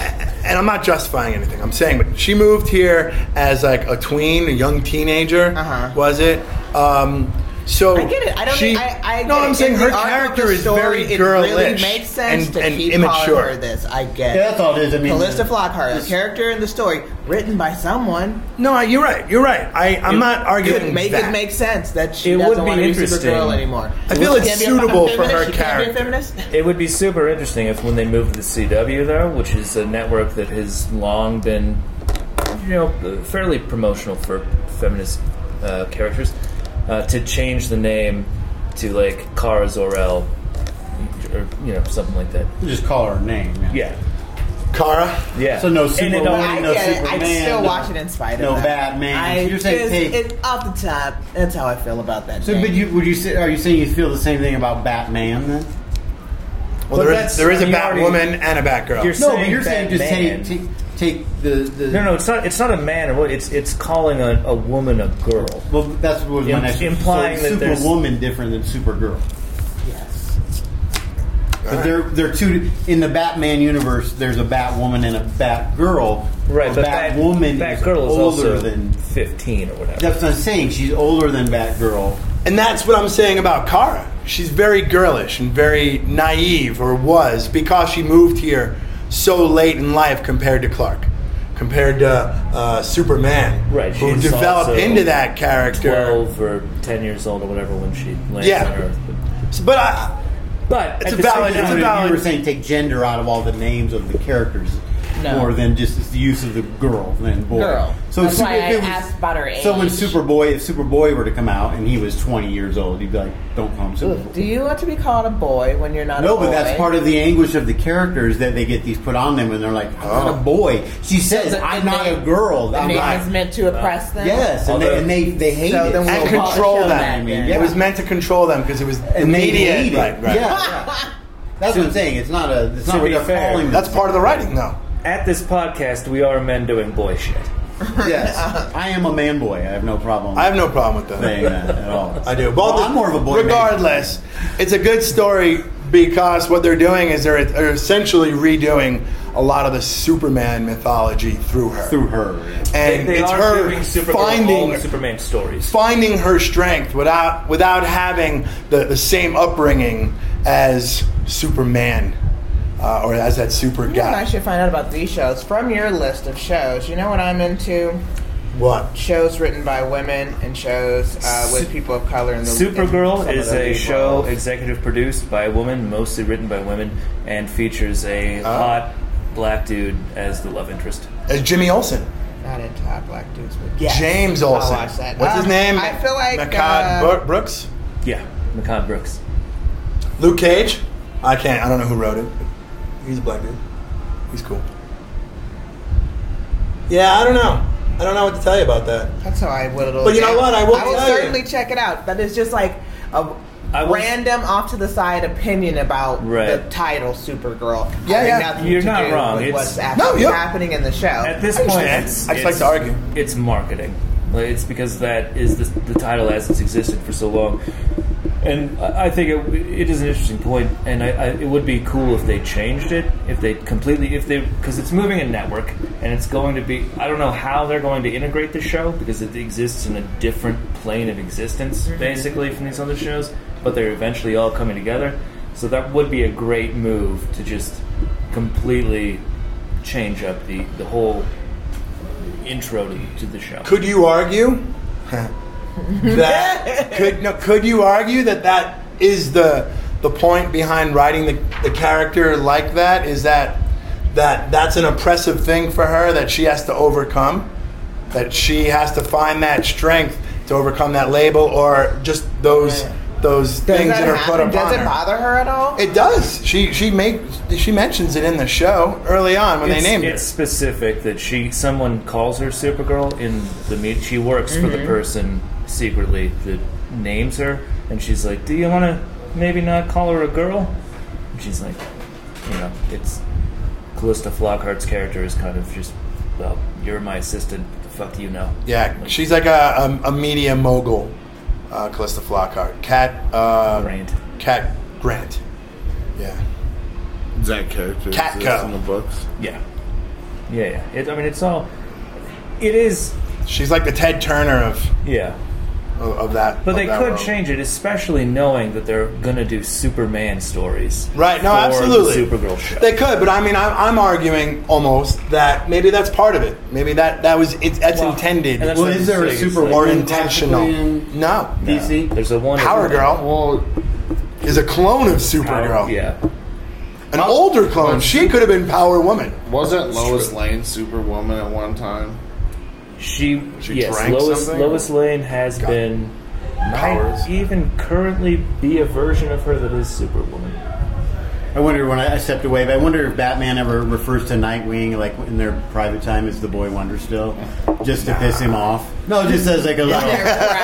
H: and I'm not justifying anything. I'm saying, but she moved here as like a tween, a young teenager.
G: Uh-huh.
H: Was it? Um, so
G: I get it. I don't
H: She,
G: think I, I
H: no,
G: get
H: I'm
G: it.
H: saying
G: In
H: her
G: the arc of
H: character
G: the
H: is
G: story,
H: very
G: It
H: girlish
G: really makes sense
H: and,
G: to
H: and
G: keep
H: immature.
G: calling her this. I get
J: Yeah, that's
G: it.
J: all it is. I mean,
G: Callista Flockhart, a character in the story, written by someone.
H: No, you're right. You're right. I, I'm not arguing
G: Could make
H: that.
G: it make sense that she
F: It would
G: doesn't
F: be
G: want to be
F: interesting.
G: Supergirl anymore.
H: I feel
G: She
H: it's
G: can't be a fucking
H: suitable for
G: feminist?
H: her
G: She can't be a
H: character.
G: feminist?
F: It would be super interesting if when they moved to the CW though, which is a network that has long been, you know, fairly promotional for feminist uh, characters, uh, to change the name to like Kara Zor-El or you know something like that.
J: Just call her a name.
F: Yeah,
H: Kara.
F: yeah.
J: So no
F: And it
J: Superwoman,
F: all-
J: no
G: I get it.
J: Superman,
G: I still
J: no-
G: watch it in spite
J: no
G: of that.
J: Batman.
G: I,
J: You're saying,
G: it's-
J: hey-
G: it's off the top. That's how I feel about that.
J: So,
G: name.
J: but you, would you say, are you saying you feel the same thing about Batman then?
H: Well,
F: But
H: there
F: that's-
H: is, there is a
F: you
H: Batwoman
F: already-
H: and a Batgirl.
F: You're
J: No,
F: saying
J: but you're saying just
F: Batman.
J: take, take take the the.
F: No, no, it's not. It's not a man or what. It's it's calling a, a woman a girl.
J: Well, that's what was my
F: Im-
J: next
F: implying
J: so
F: that there's-
J: Superwoman different than Supergirl.
G: yes.
J: But they're they're two in the Batman universe. There's a Batwoman and a Batgirl.
F: Right,
J: A
F: but
J: Batwoman
F: Bat,
J: Oh, is
F: Batgirl is
J: older
F: also
J: than.
F: fifteen or whatever.
J: That's what I'm saying. She's older than Batgirl.
H: And that's what I'm saying about Kara. She's very girlish and very naive, or was, because she moved here so late in life compared to Clark, compared to uh, Superman,
F: Right,
H: who
F: she's
H: developed
F: also
H: into that character.
F: Twelve or ten years old or whatever when she lands
H: Yeah.
F: on Earth.
H: So- but I,
F: But
H: It's
F: at
H: a
F: the
H: valid-
F: same
H: it's
J: So
F: time,
H: a valid-
J: you were saying take gender out of all the names of the characters.
G: No.
J: More than just the use of the girl than boy.
G: Girl.
J: So
G: That's
J: if
G: why
J: if it
G: I asked about her
J: So when
G: age.
J: Superboy, if Superboy were to come out and he was 20 years old, you'd be like, "Don't call him Superboy."
G: Do you want to be called a boy when you're not?
J: No,
G: a boy?
J: but that's part of the anguish of the characters that they get these put on them, and they're like, "I'm
H: Oh.
J: not a boy." She says,
G: the-
J: "I'm
G: the
J: not a
G: name-
J: girl."
G: The
J: I'm
G: name
J: not.
G: is meant to oppress them.
J: Yes, and they,
F: Although-
J: and they they hate
G: So
J: it.
G: then we'll
H: and
G: call it
H: control
G: show
H: them.
G: that
J: I mean,
G: then.
J: yeah.
H: It was meant to control them because it was
J: and they
H: media.
J: hate it.
H: Right, right.
J: Yeah, yeah. that's what I'm saying. It's not a. It's not
F: To
J: what
F: be
J: they're
F: fair,
J: calling.
H: That's part of the writing, though.
F: at this podcast, we are men doing boy shit.
J: them. yes. I am a man boy. I have no problem.
H: I have no problem with that.
J: saying that at all.
H: I do.
J: Well,
H: Well,
J: I'm more of a boy.
H: Regardless, it's a good story because what they're doing is they're, they're essentially redoing a lot of the Superman mythology through her.
J: man through her. yeah.
H: and
F: they
H: it's
F: are
H: her
F: giving Supergirl all
H: finding
F: the Superman stories.
H: finding her strength without without having the, the same upbringing as Superman uh, or as that super
G: You know what I
H: guy.
G: should find out about these shows from your list of shows. You know what I'm into?
H: What?
G: Shows written by women and shows uh, with people of color. In the in some
F: Supergirl
G: of
F: is
G: the
F: a
G: lead
F: show
G: roles.
F: executive produced by a woman, mostly written by women, and features a
H: Ah.
F: hot black dude as the love interest.
H: As Uh, Jimmy Olsen.
G: Not into hot black dudes, but yes,
H: James
G: I'll
H: Olsen.
G: watch that.
H: What's his
G: Um,
H: name?
G: I feel like
H: Makad
G: uh,
H: Bro- Brooks?
F: Yeah, Macabre Brooks.
H: Luke Cage? I can't. I don't know who wrote it. He's a black dude. He's cool. Yeah, I don't know. I don't know what to tell you about that.
G: That's how I whittled.
H: But you know what? I will
G: I will
H: tell you.
G: certainly check it out. But it's just like a
F: I will-
G: random, off to the side opinion about
F: Right.
G: the title Supergirl.
H: Yeah,
G: having
H: yeah.
G: nothing
F: You're
G: to
F: not
G: do
F: wrong.
G: with
F: It's-
G: what's actually
H: yeah.
G: happening in the show.
F: At this
H: I
F: point,
H: understand.
F: it's-
H: I just like
F: it's-
H: to argue.
F: It's marketing. Like, It's because that is the, the title as it's existed for so long. And I I think it, it is an interesting point, and I, I, it would be cool if they changed it, if they completely, if they, because it's moving a network, and it's going to be, I don't know how they're going to integrate the show because it exists in a different plane of existence, basically, from these other shows. But they're eventually all coming together, so that would be a great move to just completely change up the the whole intro to, to the show.
H: Could you argue that could no, could you argue that that is the the point behind writing the, the character like that is that that that's an oppressive thing for her that she has to overcome that she has to find that strength to overcome that label or just those those
G: Does
H: things
G: that
H: that, are put
G: happen?
H: upon
G: Does it
H: her.
G: bother her at all?
H: It does. She she make she mentions it in the show early on when
F: it's,
H: they named
F: it's
H: it.
F: specific that she someone calls her Supergirl in the meet. She works for
H: Mm-hmm.
F: the person secretly that names her, and she's like, "Do you want to maybe not call her a girl?" And she's like, "You know, it's Callista Flockhart's character is kind of just, well, you're my assistant. The fuck do you know?"
H: Yeah, she's like a, a, a media mogul, uh, Callista Flockhart. Cat uh,
F: Grant.
H: Cat Grant. Yeah.
I: Does that character
H: Catco.
I: exist in the books?
F: Yeah, yeah, yeah. It, I mean, it's all. It is,
H: She's like the Ted Turner of
F: yeah.
H: of, of that.
F: But
H: of
F: they
H: that
F: could
H: world.
F: change it, especially knowing that they're gonna do Superman stories,
H: Right? No,
F: for
H: absolutely.
F: The Supergirl show.
H: They could, but I mean, I'm, I'm arguing almost that maybe that's part of it. Maybe that that was it's that's
F: Well,
H: intended
F: and that's
J: Well,
F: what
J: is
F: I'm
J: there a
F: saying, it's
J: Super
F: like-
H: or
J: Woman
H: intentional.
J: classically in
H: No,
J: DC?
F: There's a one
H: Power Girl
I: Well,
H: is a clone of
F: Power-
H: Supergirl.
F: Yeah,
H: An older clone. She could have been Power Woman.
I: wasn't Lois Lane Superwoman at one time?
F: she.
I: She
F: yes,
I: drank
F: Lois,
I: something?
F: Lois Lane has been
H: Powers.
F: might even currently be a version of her that is Superwoman.
J: I wonder when I, I stepped away, but I wonder if Batman ever refers to Nightwing like in their private time as the Boy Wonder still, just to piss him off. No, just as like a little.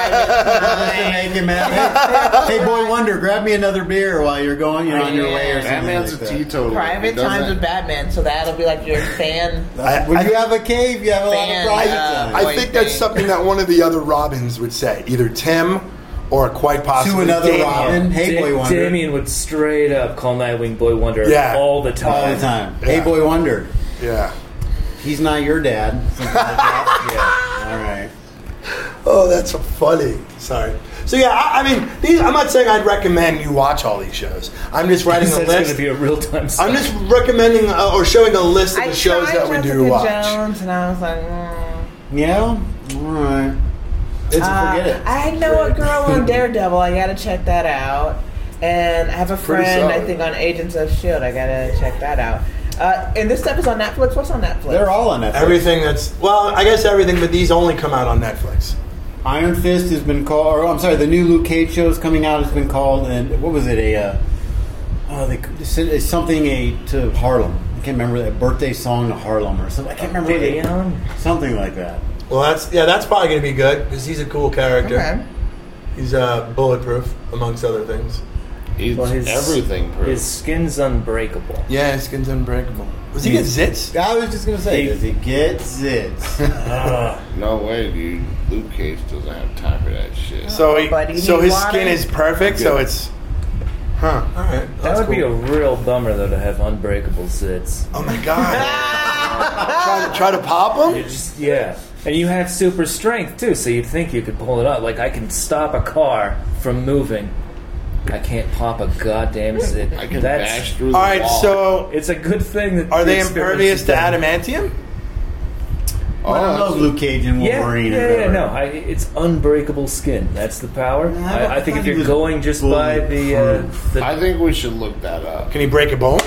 J: to make him mad. Hey, hey, Boy Wonder, grab me another beer while you're going, you're on your way or something.
I: Batman's
J: like
I: a
J: that.
I: teetotaler.
G: Private
I: He doesn't-
G: times with Batman, so that'll be like your fan.
H: I,
J: When
H: I-
J: you have a cave, you have a lot
G: Fan,
J: of private
G: uh,
J: time.
H: I think that's something that one of the other Robins would say, either Tim or quite
J: to
H: possibly
J: another
H: Damien.
J: Robin, hey
F: Da-
J: Boy Wonder,
F: Damien would straight up call Nightwing Boy Wonder
H: Yeah.
F: all the time.
J: all the time. Hey
H: Yeah.
J: Boy Wonder,
H: Yeah.
J: he's not your dad. Something like that. yeah. All right.
H: Oh, that's funny. Sorry. So yeah, I, I mean, these, I'm not saying I'd recommend you watch all these shows. I'm just writing a
F: That's going to
H: list.
F: be a real time.
H: I'm just recommending uh, or showing a list of the shows
G: tried
H: that we do
G: Jessica
H: watch.
G: Jones, and I was like, mm.
J: Yeah. All right. It's
G: Uh,
J: forget it.
G: I know a girl on Daredevil. I gotta check that out. And I have a
H: pretty
G: friend, I
H: solid.
G: think, on Agents of Shield. I gotta check that out. Uh, and this stuff is on Netflix. What's on Netflix?
J: They're all on Netflix.
H: Everything that's well, I guess everything, but these only come out on Netflix.
J: Iron Fist has been called, or I'm sorry, the new Luke Cage show is coming out. Has been called, and what was it? A uh, oh, they, it's something a to Harlem. I can't remember that birthday song to Harlem or something. I can't remember
F: Did
J: what
F: Leon?
J: they- something like that.
H: Well, that's yeah, that's probably gonna be good because he's a cool character.
G: Okay.
H: He's uh, bulletproof amongst other things.
I: He's
F: Well, his-
I: everything. Proof.
F: His skin's unbreakable.
H: Yeah, his skin's unbreakable. Does he get zits?
J: I was just gonna say, does he get zits?
I: no way, dude. Luke Cage doesn't have time for that shit.
H: So
G: But he
H: he, so his
G: wanted-
H: skin is perfect. So
I: Yeah.
H: it's huh. All right,
F: That
H: that's
F: would be a
H: cool.
F: real bummer, though, to have unbreakable zits.
H: Oh my god! try to try to pop
F: You
H: him.
F: just yeah, and you have super strength too, so you'd think you could pull it off. Like I can stop a car from moving. I can't pop a goddamn zit.
I: I can
F: That's
I: bash through the
H: All right,
I: wall.
H: so
F: it's a good thing that
H: are
F: the
H: they
F: experience
H: impervious
F: is
H: to
F: done.
H: adamantium?
I: oh,
J: I love Luke Cage and
F: Yeah,
J: Wolverine.
F: yeah,
J: and
F: yeah,
J: whatever.
F: no. I, it's unbreakable skin. That's the power.
J: No, I don't
F: I, I think if
J: think it
F: you're
J: was
F: going just by the, uh, the
I: I think we should look that up.
H: Can he break a bone?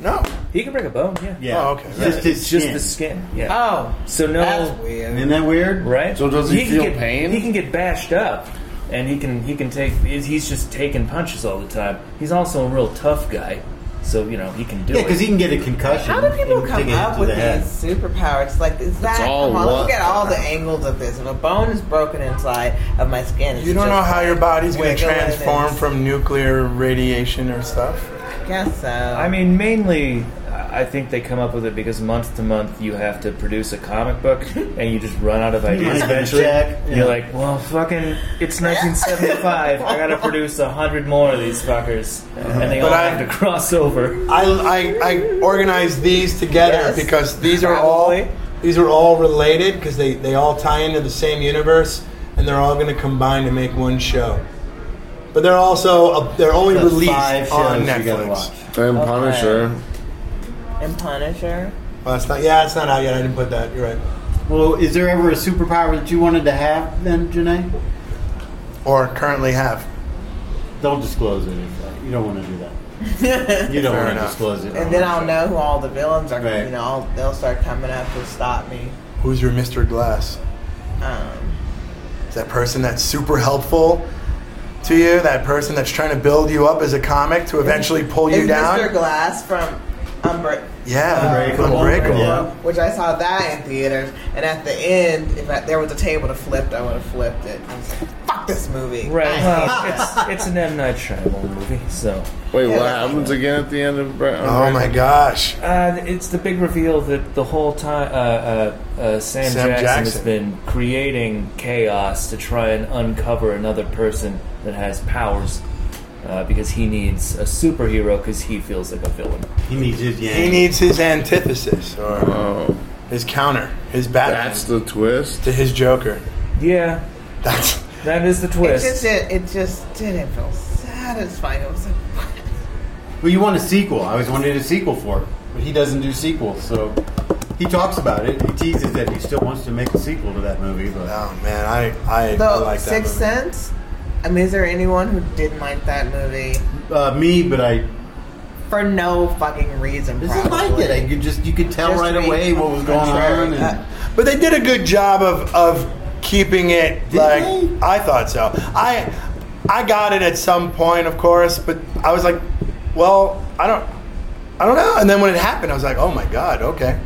H: No.
F: he can break a bone. Yeah,
J: yeah.
H: Oh, okay.
J: Just his
F: it's just
J: skin.
F: the skin. Yeah.
G: Oh,
F: so no,
G: that's weird.
J: Isn't that weird?
F: right?
I: So does he
F: can
I: feel
F: get-
I: pain?
F: He can get bashed up, and he can he can take. he's- He's just taking punches all the time. He's also a real tough guy, so you know he can do
J: Yeah,
F: it.
J: because he can get a concussion.
G: How do people
J: and
G: come
J: take it
G: up
J: to
G: with
J: the head.
G: these superpowers? Like, is that?
I: all
G: Come on, let's
I: one-
G: look at all the angles of this. If a bone is broken inside of my skin, is
H: You
G: it
H: don't
G: just
H: know how your body's going to
G: wiggle and
H: transform
G: it's-
H: from nuclear radiation or stuff.
G: I guess so.
F: I mean, mainly, I I think they come up with it because month to month you have to produce a comic book and you just run out of ideas
J: Yeah,
F: eventually.
J: check.
F: You're like, well, fucking, it's 1975. I gotta produce a hundred more of these fuckers,
J: Uh-huh.
F: and they
H: But
F: all
H: I-
F: have to cross over.
H: I, I, I organized these together
G: Yes.
H: because these are
F: Probably.
H: all these are all related because they, they all tie into the same universe and they're all going to combine to make one show. But they're also a, they're only
J: The
H: released
J: five
H: on
J: shows you gotta watch.
H: Netflix.
I: And Punisher.
G: And Punisher.
H: Well, it's not, yeah, it's not out yet. I didn't put that. You're right.
J: Well, is there ever a superpower that you wanted to have then, Janae?
H: Or currently have.
J: Don't disclose it. If, uh, you don't want to do that. You don't
H: Fair
J: want to
H: enough.
J: disclose it.
G: And then I'll know who all the villains are.
J: Oh, Right.
G: You know, I'll, they'll start coming up to stop me.
H: Who's your Mr. Glass?
G: Um,
H: Is that person that's super helpful to you? That person that's trying to build you up as a comic to eventually pull you
G: is
H: down?
G: Mr. Glass from Umbra?
H: yeah,
J: Unbreakable.
H: Unbreakable.
J: Yeah.
G: Which I saw that in theaters, and at the end, if I, there was a table that flipped, I would have flipped it. I was like, Fuck this movie!
F: Right. Well, it's, it's an M Night Shyamalan movie, so
I: Wait, what happens again at the end of Bre-
H: Oh my gosh.
F: uh, it's the big reveal that the whole time uh, uh, uh, Sam, Jackson,
H: Sam
F: has
H: Jackson.
F: been creating chaos to try and uncover another person that has powers. Uh, because he needs a superhero, because he feels like a villain.
J: He needs his yang.
H: He needs his antithesis or
I: Oh,
H: his counter, his Batman
I: that's the twist.
H: to his Joker.
F: Yeah,
H: That's
F: that is the
G: It
F: twist.
G: just did, it just didn't feel satisfying. It was like,
J: Well, you want a sequel. I always wanted a sequel for it, but he doesn't do sequels. So he talks about it. He teases that he still wants to make a sequel to that movie, but
H: oh man, I I, I
G: though
H: like that.
G: Sixth
H: movie.
G: Sense. I mean, is there anyone who didn't like that movie
J: uh, me. But I
G: for no fucking reason?
J: this is
G: probably.
J: like it. I could just you could tell
G: Just
J: right
G: read
J: away what was going on.
G: contrary.
J: And,
G: Uh,
H: But they did a good job of of keeping it
J: Did
H: like
J: they?
H: I thought so. I I got it at some point, of course, but I was like, well, I don't I don't know. And then when it happened, I was like, oh my god, okay.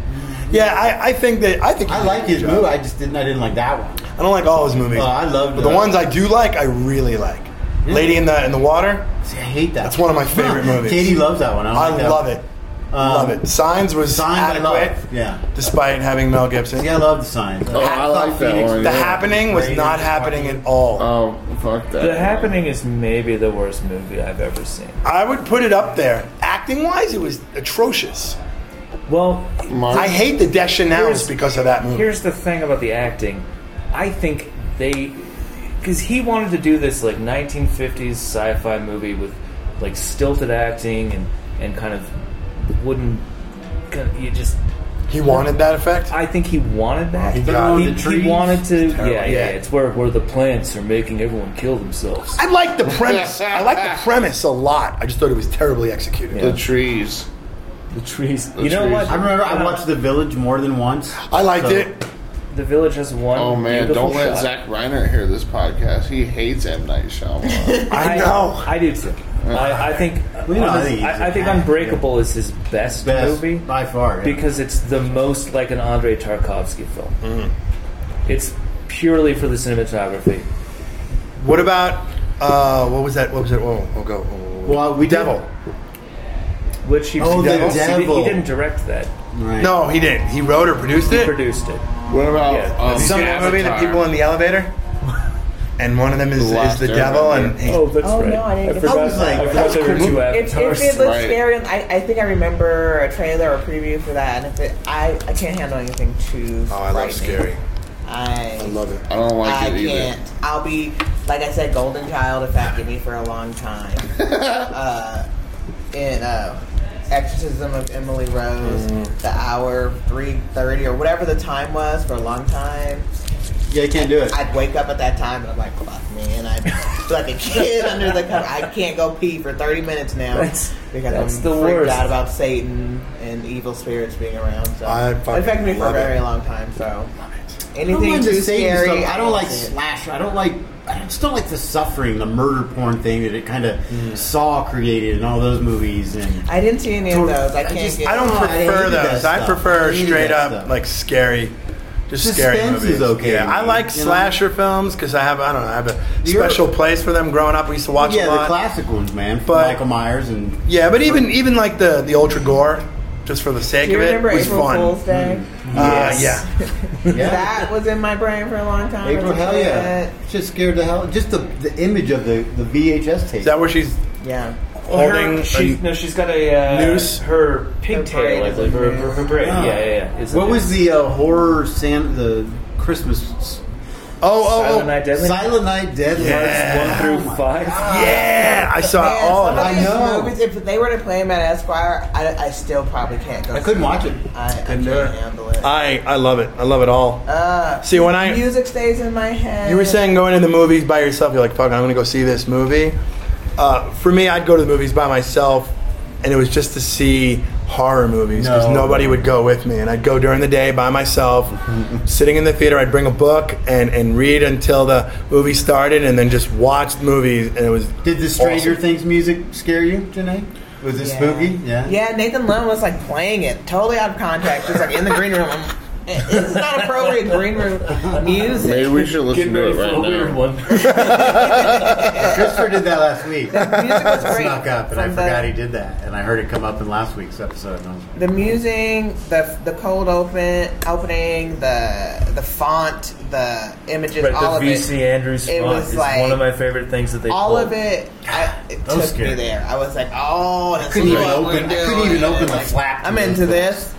H: Yeah, I, I think that I think he
J: I
H: did a
J: like
H: good
J: his
H: job.
J: movie. I just didn't. I didn't like that one.
H: I don't like all his movies.
J: Oh, I loved
H: but the
J: uh,
H: ones I do like, I really like. Lady in the in the water.
J: See, I hate that.
H: That's one of my favorite movies.
J: Katie loves that one. I, don't
H: I
J: like that
H: love
J: one.
H: it. love it. Signs was
J: Signs. I
H: adequate,
J: love. Yeah.
H: despite having Mel Gibson.
J: See, I love the signs.
I: Oh, I like that
J: Phoenix.
I: one.
H: The
I: yeah.
H: happening was
J: Raiders
H: not
J: is
H: happening
J: fucking-
H: at all.
I: Oh, fuck that.
F: The Happening is maybe the worst movie I've ever seen.
H: I would put it up there. Acting wise, it was atrocious.
F: Well,
I: Mark,
H: I hate the Deschanel's
F: Here's-
H: because of that movie.
F: here's the thing about the acting. I think they, because he wanted to do this like 1950s sci-fi movie with like stilted acting and and kind of wooden. kind of- You just,
H: He wanted that effect.
F: I think he wanted that.
H: He got
F: he,
J: the trees.
F: he wanted to, yeah, yeah,
H: Yeah.
F: It's where where the plants are making everyone kill themselves.
H: I like the premise. I like the premise a lot. I just thought it was terribly executed.
I: the trees.
F: The trees. you know
I: trees.
F: what?
J: I remember I
F: Uh,
J: watched The Village more than once.
H: I liked
J: So-
H: it.
F: The village has one.
I: Oh man,
F: beautiful
I: don't let
F: shot.
I: Zach Reiner hear this podcast. He hates M Night Shyamalan.
H: I know.
F: I do too. I, I think
J: Well, you know,
F: I,
J: I think he's
F: I- I think
J: a-
F: Unbreakable is his best,
J: Best
F: movie
J: by far. yeah.
F: because it's the most like an Andrei Tarkovsky film. It's purely for the cinematography.
H: What about uh, what was that? What was it? Whoa, oh, go. whoa, whoa, whoa.
J: well, we did-
H: Devil.
F: Which he
J: Oh,
F: he
J: the
F: didn't- he did-
J: devil.
F: He didn't direct that.
J: Right.
H: No, he didn't. He wrote or produced
F: He
H: it.
F: produced it.
I: what about
F: Yeah.
I: um,
H: Some
I: Avatar?
H: movie, the people in the elevator, and one of them is,
I: The Last
H: is the
I: Airbender.
H: devil, and he,
F: Oh, that's
G: Oh,
F: right.
G: no, I didn't get-
F: forgot,
J: I was like,
F: I forgot there were two
G: It, it
F: avatars.
G: did look
I: Right.
G: scary. And I, I think I remember a trailer or preview for that. And if it, I, I can't handle anything too.
H: oh, I love
G: frightening.
H: scary.
G: I,
H: I love it.
I: I don't like
G: I
I: it either.
G: can't. I'll be like I said, golden child if that get me for a long time. uh, in uh, Exorcism of Emily Rose,
I: Mm.
G: the hour three thirty or whatever the time was for a long time.
J: Yeah, you can't do it.
G: I'd wake up at that time and I'm like, fuck, man. I'd be like a kid under the cover. I can't go pee for 30 minutes now
F: That's-
G: because
F: that's
G: I'm
F: the
G: freaked
F: worst.
G: out about Satan and evil spirits being around. So
H: I
G: it
H: fucking
G: affected me for a
H: love it.
G: very long time. So
J: I don't
G: anything
J: mind
G: too
J: the Satan
G: scary,
J: stuff. I don't like
G: hate it.
J: slasher. I don't like. I just don't like the suffering, the murder porn thing that it kind of saw created in all those movies. And
G: I didn't see any of those. I can't
J: just-
G: get.
H: I don't
J: Oh, I
H: prefer
J: hated that
H: those. I
J: stuff. I
H: prefer
J: hated
H: straight
J: that
H: up
J: stuff.
H: like scary, just scary
J: Suspense is
H: movies.
J: okay
H: Yeah,
J: to me,
H: I like
J: you know?
H: slasher films because I have I don't know I have a
J: You're-
H: special place for them. Growing up, we used to watch a
J: yeah,
H: lot.
J: the classic ones, man.
H: But-
J: Michael Myers and
H: yeah, but even even like the the ultra gore just for the sake
G: Do you
H: of it,
G: remember
H: was
G: April
H: fun.
G: Fool's Day?
H: Uh, yeah.
G: That was in my brain for a long time.
J: April, hell yeah. Just scared the hell. Just the, the image of the, the VHS tape.
H: Is that where she's
G: Yeah.
H: holding?
K: Her, she,
H: a-
K: no, she's got a uh,
H: Noose?
K: Her
G: braid
K: pigtail, I
G: is
K: believe.
G: a
K: Her,
G: noose.
K: her, her braid. Yeah, yeah, yeah. Is a
J: Ah. what was
K: noose.
J: the uh, horror San the Christmas s-
H: oh, oh,
K: Silent
H: oh.
K: Night Deadly?
J: Silent Night Deadly?
H: Yeah.
J: Parts
F: Oh
K: One through five.
H: Yeah, I saw
G: Man,
H: all
G: some
H: of that.
G: these
J: know.
G: Movies, if they were to play them at Esquire, I, I still probably can't go.
J: I couldn't
G: see
J: watch it.
G: I, I
J: Couldn't
G: can't
J: do it.
G: handle it.
H: I I love it. I love it all.
G: Uh,
H: See, when I-
G: music stays in my head.
H: You were saying going to the movies by yourself. You're like, fuck, I'm gonna go see this movie. Uh, for me, I'd go to the movies by myself, and it was just to see horror movies because
J: No.
H: nobody would go with me. And I'd go during the day by myself, sitting in the theater. I'd bring a book and, and read until the movie started, and then just watch movies. And it was
J: Did the Stranger
H: awesome.
J: Things music scare you, Janae? Was it
G: Yeah.
J: spooky? Yeah.
G: Yeah, Nathan Lund was like playing it totally out of context. Just like in the green room. I'm- This is not appropriate green room music.
I: Maybe we should listen
K: Getting
I: to
K: ready
I: it
K: for a
I: right
K: weird
I: now.
K: one.
J: Christopher did that last
G: Music
J: week.
G: was great.
J: Snuck up, and I
G: From
J: forgot
G: the-
J: he did that. And I heard it come up in last week's episode. And I was
G: the musing, the the cold open opening, the the font, the images,
F: Right,
G: all
F: the
G: of
F: VC
G: it.
F: Andrews
G: It
F: font
G: was
F: is
G: like-
F: one of my favorite things that they
G: all
F: pulled.
G: of it, I, it
J: That was
G: took
J: scary.
G: me there. I was like, "Oh, this
J: couldn't
G: is
J: even
G: what
J: open-
G: we're
J: I couldn't
G: doing.
J: even open the
G: Like,
J: flap to
G: I'm
J: those
G: into
J: books.
G: this.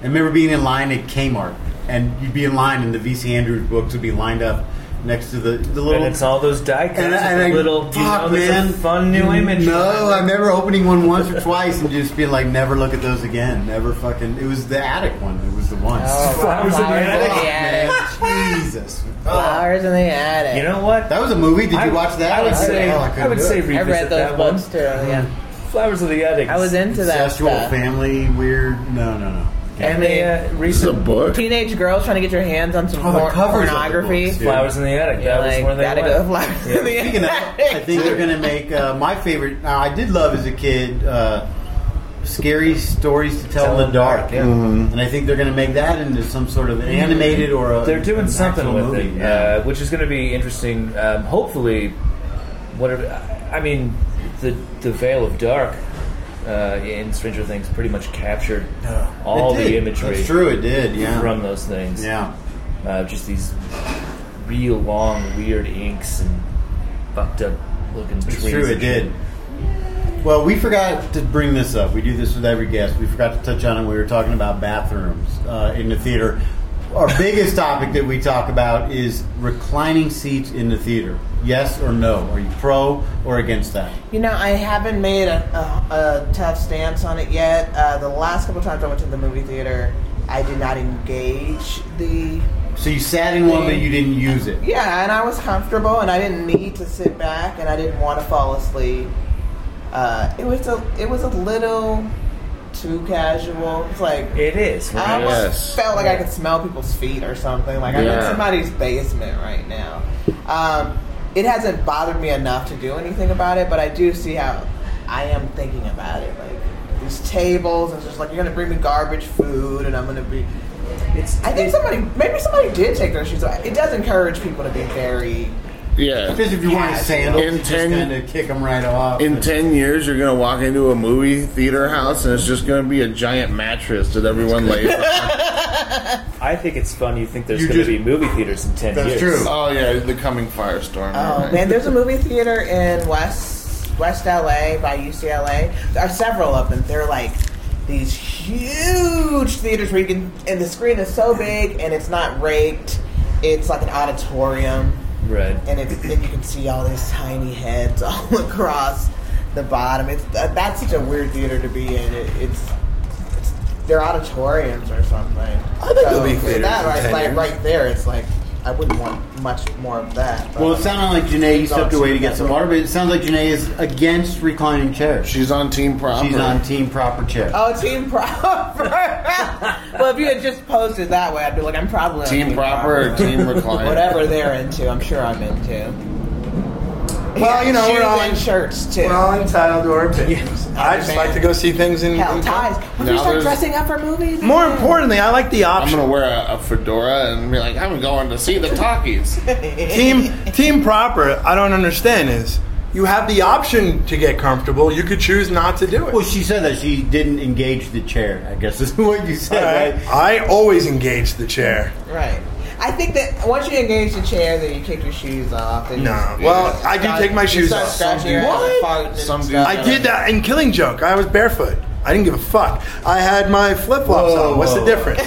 J: I remember being in line at Kmart, and you'd be in line, and the VC Andrews books would be lined up next to the, the little.
F: And it's all those die cuts
J: And, I-
F: and,
J: and I,
F: the little, you
J: fuck,
F: know, there's
J: man.
F: a fun new image.
J: No, I remember opening one once or twice and just being like, never look at those again. Never fucking. It was the attic one. It was the one.
G: Oh,
F: Flowers in the attic.
J: Fuck,
G: attic.
J: man. Jesus. Oh.
G: Flowers in the attic.
F: You know what?
J: That was a movie. Did you
F: I-
J: watch that?
F: I would
J: Oh,
F: say,
J: I couldn't
F: I would
J: do
F: say
J: it.
G: I
F: revisit
G: read those
F: that one. Hmm.
G: books too. Yeah,
F: Flowers of the Attic.
G: I was into that.
J: Sexual,
G: Stuff.
J: family, weird. No, no, no.
F: And they uh,
I: This is a
F: recent
I: book.
G: Teenage girls trying to get your hands on some
J: Oh, the
G: por-
J: covers of the
G: pornography.
J: books, dude.
F: Flowers in the Attic.
G: You're
F: That was
G: like,
F: where they
G: gotta
F: went.
G: go flowers in the
J: Speaking of, I
G: attic.
J: think they're gonna make uh, my favorite. Now, I did love as a kid, uh, scary stories to tell, in the dark,
F: yeah. Mm-hmm.
J: and I think they're gonna make that into some sort of animated or a,
F: They're doing
J: an
F: something
J: actual
F: with
J: movie,
F: it,
J: yeah.
F: uh, which is going to be interesting. Um, hopefully, whatever. I mean, the the veil of dark uh, in Stranger Things pretty much captured all
J: It
F: the
J: did.
F: imagery
J: That's true. It did. Yeah.
F: from those things.
J: yeah.
F: uh, just these real long, weird inks and fucked up looking
J: It's
F: trees.
J: true, it
F: and shit.
J: did. Well, we forgot to bring this up. We do this with every guest. We forgot to touch on it. when We were talking about bathrooms uh, in the theater. Our biggest topic that we talk about is reclining seats in the theater. Yes or no? Are you pro or against that?
G: You know, I haven't made a, a, a tough stance on it yet. Uh, the last couple times I went to the movie theater, I did not engage the.
J: So you sat in one, but you didn't use it.
G: Yeah, and I was comfortable, and I didn't need to sit back, and I didn't want to fall asleep. Uh, it was a, it was a little too casual. It's like
F: It is. Right?
G: I almost
I: Yes.
G: felt like I could smell people's feet or something. Like I'm in
I: Yeah.
G: somebody's basement right now. Um, it hasn't bothered me enough to do anything about it, but I do see how I am thinking about it. Like these tables, and it's just like you're gonna bring me garbage food, and I'm gonna be.
F: It's,
G: I think somebody, maybe somebody did take their shoes off. It does encourage people to be very.
I: Yeah.
J: Because if you want sandals,
I: In
J: just
I: ten-
J: kind of kick them right off.
I: In 10 years, you're going to walk into a movie theater house and it's just going to be a giant mattress that everyone lays on.
F: I think it's fun. You think there's
J: You
F: going to be
J: just-
F: movie theaters in ten years?
J: That's true.
I: Oh, yeah, the coming firestorm.
G: Oh
I: Alright.
G: man, there's a movie theater in West West LA by UCLA. There are several of them. They're like these huge theaters where you can, and the screen is so big and it's not raked. It's like an auditorium,
F: Right.
G: and it, and you can see all these tiny heads all across the bottom. It's that, that's such a weird theater to be in. It, it's, it's they're auditoriums or something. I
H: think there'll be theaters
G: that
H: in
G: right,
H: 10
G: like
H: years.
G: right there. It's like I wouldn't want much more of that. but-
J: well, it sounded like Janae you stepped away to get some water, but it sounds like Janae is against reclining chairs.
I: She's on Team Proper.
J: She's on team proper chair.
G: Oh, team proper. well, if you had just posted that way, I'd be like, I'm probably on
I: Team Proper or Team Recliner.
G: Whatever they're into, I'm sure I'm into.
H: Well, you know,
G: Shoes
H: we're all,
G: and shirts too.
H: we're all entitled to our opinions. I just like to go see things in.
G: Hell,
H: in-
G: ties. When
I: Now
G: you start
I: there's-
G: dressing up for movies,
H: More
G: man.
H: importantly, I like the
I: I'm
H: option.
I: going to wear a, a fedora and be like, I'm going to see the talkies.
H: team team proper i don't understand is you have the option to get comfortable. You could choose not to do it.
J: Well, she said that she didn't engage the chair. I guess is what you said.
H: All right. I always engage the chair.
G: Right. I think that once you engage the chair, then you take your shoes off. And
H: No.
G: you-
H: Well, I do
G: start-
H: take my
G: you
H: shoes
G: start
H: off.
G: scratching your ass and farting and stuff.
H: I did that in Killing Joke. I was barefoot. I didn't give a fuck. I had my flip flops on. What's the difference?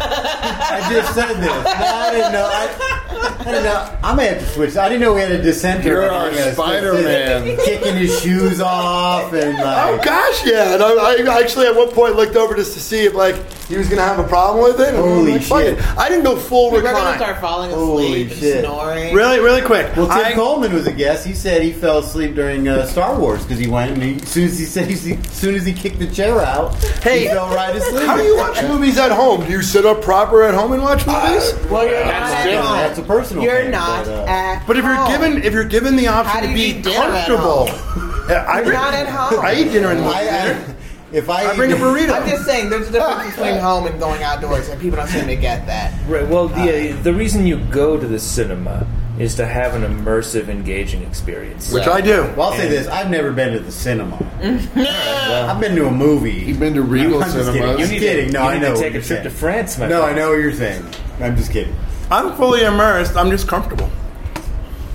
J: I just said this. No, I didn't know. I, I didn't know. I'm gonna have to switch. I didn't know we had a dissenter.
I: You're
J: I'm
I: our
J: gonna switch
I: Spider-Man.
J: this. kicking his shoes off and
H: Oh
J: like.
H: gosh, yeah. And I, I actually at one point looked over just to see if like he was gonna have a problem with it. And I'm
J: Holy
H: like, fuck
J: shit.
H: it. I didn't go full
G: We're gonna
H: recline.
G: start falling asleep
J: Holy
G: and
J: shit.
G: snoring.
H: Really, really quick.
J: Well, Tim
H: I-
J: Coleman was a guest. He said he fell asleep during uh, Star Wars because he went and he, as soon as he said, he, as soon as he kicked the chair out,
H: Hey,
J: he fell right asleep.
H: how do you watch movies at home? Do you sit up proper at home and watch movies?
G: Well, you're
J: That's
G: not
J: different.
G: at
J: That's a
G: home.
J: personal
G: You're
J: thing,
G: not
J: but, uh,
G: at.
H: But if you're
G: home.
H: given if you're given the
G: How
H: option
G: do
H: to
G: you
H: be
G: eat dinner at
H: comfortable, I
G: You're not at home.
H: I eat dinner in the
J: I, I, if I,
H: I bring a burrito.
G: I'm just saying, there's a difference between home and going outdoors, and people don't seem to get that.
F: Right. Well, the uh, the reason you go to the cinema is to have an immersive, engaging experience.
H: which I do.
J: Well, I'll say this: I've never been to the cinema. I've been to a movie.
I: You've been to Regal
J: I'm just kidding.
I: Cinemas.
J: You
F: You
J: need
F: need
J: kidding.
F: to-
J: No,
F: you
J: I
F: need
J: know.
F: to
J: what
F: take a
J: you're
F: trip
J: saying.
F: to France, my
J: No,
F: friend.
J: I know what you're saying. I'm just kidding.
H: I'm fully immersed. I'm just comfortable.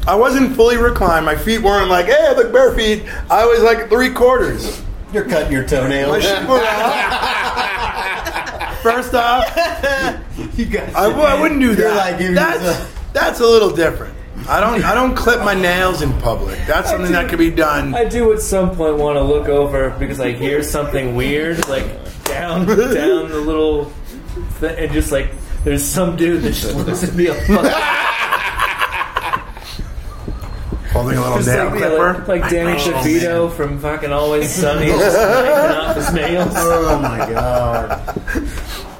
H: I wasn't fully reclined. My feet weren't like, hey, I look bare feet. I was like three quarters.
J: You're cutting your
H: My
J: toenails.
H: shit were out. First off,
J: you guys,
H: I, w- I wouldn't do
J: You're
H: that.
J: like giving
H: that's,
J: yourself-
H: that's a little different. I don't I don't clip my nails in public. That's something that could be done.
F: I do at some point want to look over because I hear something weird, like down down the little, thing, and just like there's some dude that just looks at me a fucking
H: Holding a
J: Oh,
H: little
F: just
H: nail
F: like, yeah,
H: clipper.
F: like, like Danny DeVito from fucking Always Sunny, just knifing off his nails.
J: Oh my god!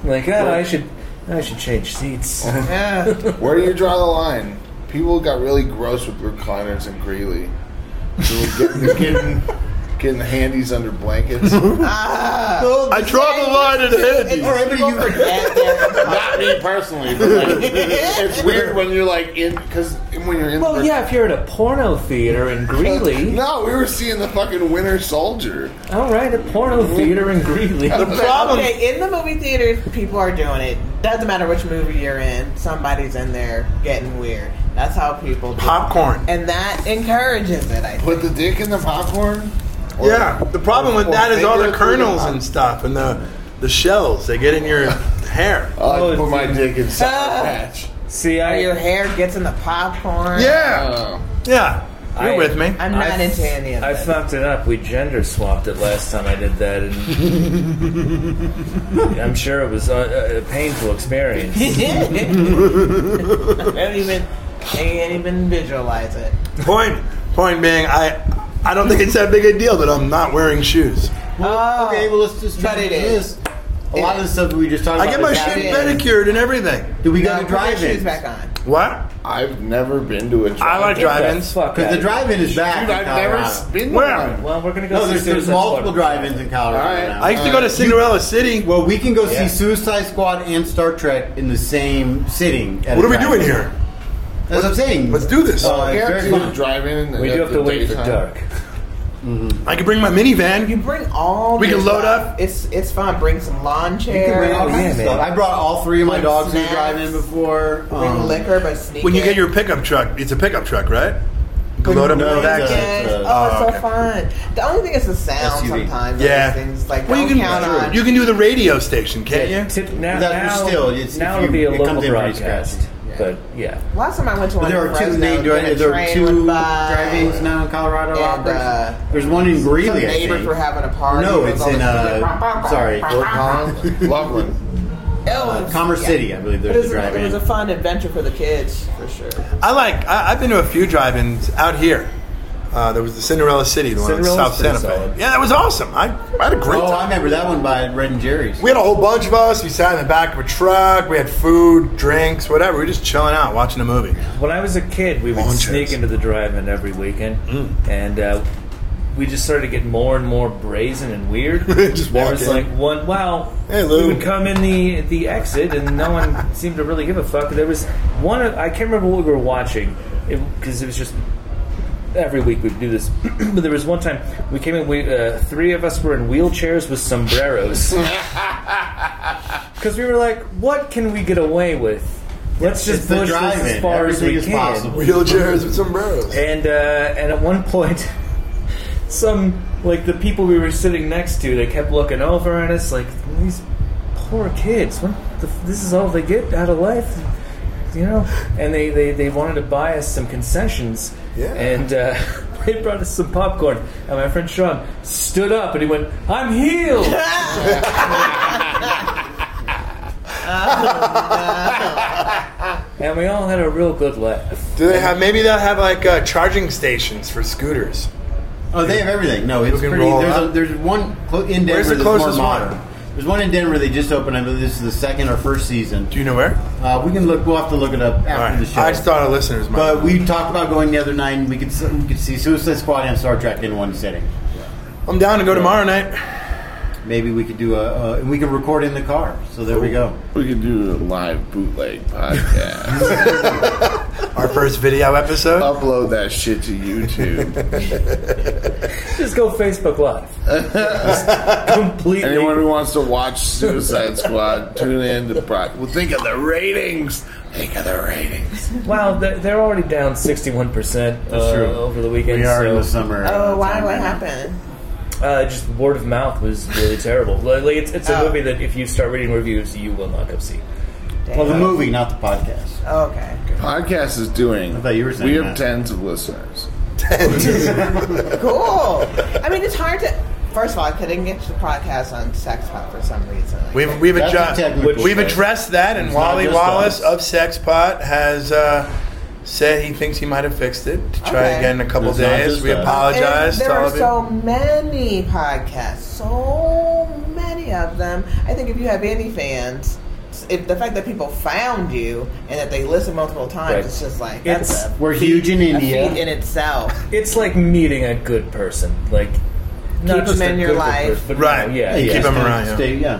F: Like, oh, I should I should change seats.
I: Where do you draw the line? People got really gross with recliners in Greeley. They were getting, they're getting, getting handies under blankets.
H: I draw the line at handy.
J: All right, but you
I: Not me personally, but like, it's weird when you're like in because when you're in.
F: Well,
I: the-
F: yeah, if you're at a porno theater in Greeley.
I: No, we were seeing the fucking Winter Soldier.
F: All right, a porno theater in Greeley.
H: The problem
G: Okay, in the movie theaters, people are doing it. Doesn't matter which movie you're in, somebody's in there getting weird. That's how people do. it.
H: popcorn.
G: And that encourages it. I think.
I: Put the dick in the popcorn. Or-
H: Yeah, the problem with
I: or
H: that is all the
I: finger through
H: kernels
I: the-
H: and stuff and the the shells. They get in your hair.
I: I like to
F: Oh,
I: put my dick inside
G: Ah.
I: the patch.
F: See,
G: Or
F: I
G: your hair gets in the popcorn.
H: Yeah,
I: Oh.
H: yeah. You're
F: I-
H: with me.
G: I'm not
F: I've-
G: into any of
F: I
G: that.
F: fucked it up. We gender swapped it last time I did that, and I'm sure it was a, a painful experience.
G: I don't even, I can't even visualize it.
H: Point point being, I I don't think it's that big a deal that I'm not wearing shoes.
G: Oh,
J: okay, well let's just
G: But it
J: to
G: is.
J: this. A lot of the stuff we just talked
H: I
J: about.
H: get my
J: is happening.
H: shit
G: is.
H: manicured and everything.
J: Do we
G: No,
J: go to
G: put your
J: drive-ins?
G: shoes back on.
H: What?
I: I've never been to a.
H: I like
I: drive.
H: drive-ins.
F: Fuck
J: Because the
F: outta
J: drive-in is back.
I: Dude,
J: in
I: I've
J: Colorado.
I: never been to
H: Where?
I: one.
F: here. Well, we're gonna go.
J: No,
F: see
J: there's, there's
F: Suicide
J: multiple
F: Squad.
J: drive-ins in Colorado.
I: All right.
J: now.
H: I used
G: Uh,
H: to go to Cinderella City.
J: Well, we can go
F: Yeah.
J: see Suicide Squad and Star Trek in the same sitting. at
H: What
J: a
H: are we
J: drive-in.
H: doing here?
J: That's what I'm saying.
H: Let's do this.
J: Uh, it's
I: Eric
J: very
I: was
J: fun.
I: driving.
F: We
I: at
F: do have
I: the
F: to wait for
I: daytime.
F: dark.
H: I can bring my minivan.
G: You bring all.
H: We
G: this
H: can load
G: stuff.
H: up.
G: It's it's fun. Bring some lawn
J: We
G: chairs.
J: ran all
F: Oh,
J: kinds
F: yeah,
J: of stuff.
F: man.
J: I brought all three of my
G: Bring
J: dogs to the
G: snacks.
J: drive-in before.
G: Bring
J: um,
G: liquor, but sneak.
H: When you
G: it.
H: get your pickup truck, it's a pickup truck, right? You can load up in
J: No,
H: the
J: it's
H: back.
J: a-
G: Yes.
J: Uh,
G: oh, it's
H: oh,
G: so
H: okay.
G: fun. The only thing is the sound
J: SUV.
G: sometimes.
H: Yeah.
G: Yeah. Things like
H: Well,
G: don't
H: you can
G: count on.
H: you can do the radio station, can't you?
F: Tip- now,
J: That-
F: now,
J: still, it's-
F: now
J: if
F: it'll be
J: you-
F: a
J: it
F: local
J: comes in pretty
F: broadcast.
J: scratchy.
F: But yeah,
G: Last time I went to one,
J: there
G: in
J: are two
G: Fresno,
J: named
G: then a
J: there are
G: train
J: two
G: went by,
J: drive-ins now in Colorado.
G: And,
J: There's-
G: uh,
J: There's one in
G: Some
J: Greeley. I
G: neighbors
J: think.
G: were having a party.
J: No,
G: It was
J: it's
G: all
J: in
G: the-
J: uh, sorry,
I: Fort Collins, Loveland.
G: Oh,
J: uh, Commerce
G: yeah.
J: City. I believe
G: But
J: there's
G: It
J: a
G: was, a, it was a
J: drive-in.
G: fun adventure for the kids, for sure.
H: I like. I, I've been to a few drive-ins out here. Uh, there was the Cinderella City, the one in South
F: Cinderella's pretty
H: Santa Fe.
F: solid.
H: Yeah, that was awesome. I, I had a great
J: Oh, I
H: time.
J: remember that one by Red and Jerry's.
H: We had a whole bunch of us. We sat in the back of a truck. We had food, drinks, whatever. We were just chilling out, watching a movie.
F: When I was a kid, we would
H: Lawn
F: sneak
H: chairs.
F: into the drive-in every weekend,
H: Mm.
F: and uh, we just started to get more and more brazen and weird.
H: Just
F: there
H: walk
F: was
H: in.
F: like one, wow,
H: Hey, Lou.
F: we would come in the the exit, and no one seemed to really give a fuck. There was one, I can't remember what we were watching because it, was just every week we do this, but there was one time we came in. We uh, three of us were in wheelchairs with sombreros because we were like, "What can we get away with? Let's just
H: It's the
F: push this as
H: drive-in.
F: far as we
H: Everything is
F: can."
H: possible. Wheelchairs with sombreros.
F: And uh, and at one point, some like the people we were sitting next to, they kept looking over at us like these poor kids. What the, this is all they get out of life, you know? And they they, they wanted to buy us some concessions.
H: Yeah.
F: And uh, they brought us some popcorn. And my friend Sean stood up and he went, "I'm healed." and we all had a real good laugh.
H: Do they have? Maybe they'll have like uh, charging stations for scooters.
J: Oh, they have everything. No, it's
H: We can
J: pretty.
H: roll
J: There's, a,
H: up.
J: there's one clo- in Denver
H: Where's the
J: that's more
H: closest one?
J: modern. There's one in Denver they just opened. I believe this is the second or first season. Do
H: you know where?
J: Uh, we can look. We'll have to look it up after the show.
H: I just thought our listeners might.
J: But we talked about going the other night, and we could s- we could see Suicide Squad and Star Trek in one sitting.
H: I'm down to go tomorrow night.
J: Maybe we could do a. Uh, and we could record in the car. So there we go.
I: We could do a live bootleg podcast.
H: Our first video episode.
I: Upload that shit to YouTube.
F: Just go Facebook Live. Just completely.
I: Anyone who wants to watch Suicide Squad, tune in to Brock. Well, think of the ratings. Think of the ratings.
F: Wow, they're, they're already down 61%
J: That's
F: uh,
J: true.
F: over the weekend.
J: We are
F: so,
J: in the summer.
G: Oh, why? What happened?
F: Uh, just word of mouth was really terrible. Like, like, it's, it's a
G: Oh.
F: movie that if you start reading reviews, you will not go see.
J: Well, the movie, not the podcast.
G: Oh, Okay.
I: Podcast is doing.
J: I thought you were saying
I: We have
J: that.
I: tens of listeners.
G: Cool. I mean, it's hard to. First of all, I couldn't get the podcast on Sex Pop for some reason.
H: We've we've,
G: That's
H: adjust,
G: a technical
H: we've
G: thing.
H: addressed that, and
G: It's not
H: Wally
G: just
H: Wallace
G: us.
H: of Sexpot has uh, said he thinks he might have fixed it. To try
G: Okay.
H: again in a couple
J: It's not
H: days.
J: just
H: We
J: us.
G: And
H: apologize to
G: there
H: all
G: are
H: of you.
G: so many podcasts, so many of them. I think if you have any fans, if the fact that people found you and that they listen multiple times,
F: Right.
G: it's just like that's
F: It's-
G: a
J: We're huge in
G: feat- a
J: India.
G: feat in itself.
F: It's like meeting a good person. Like, not
G: Keep 'em
F: just a
G: in your
F: good
G: life.
F: person, but,
H: Right.
F: You know, yeah,
J: Yeah,
F: yeah.
J: just kinda Stay, yeah.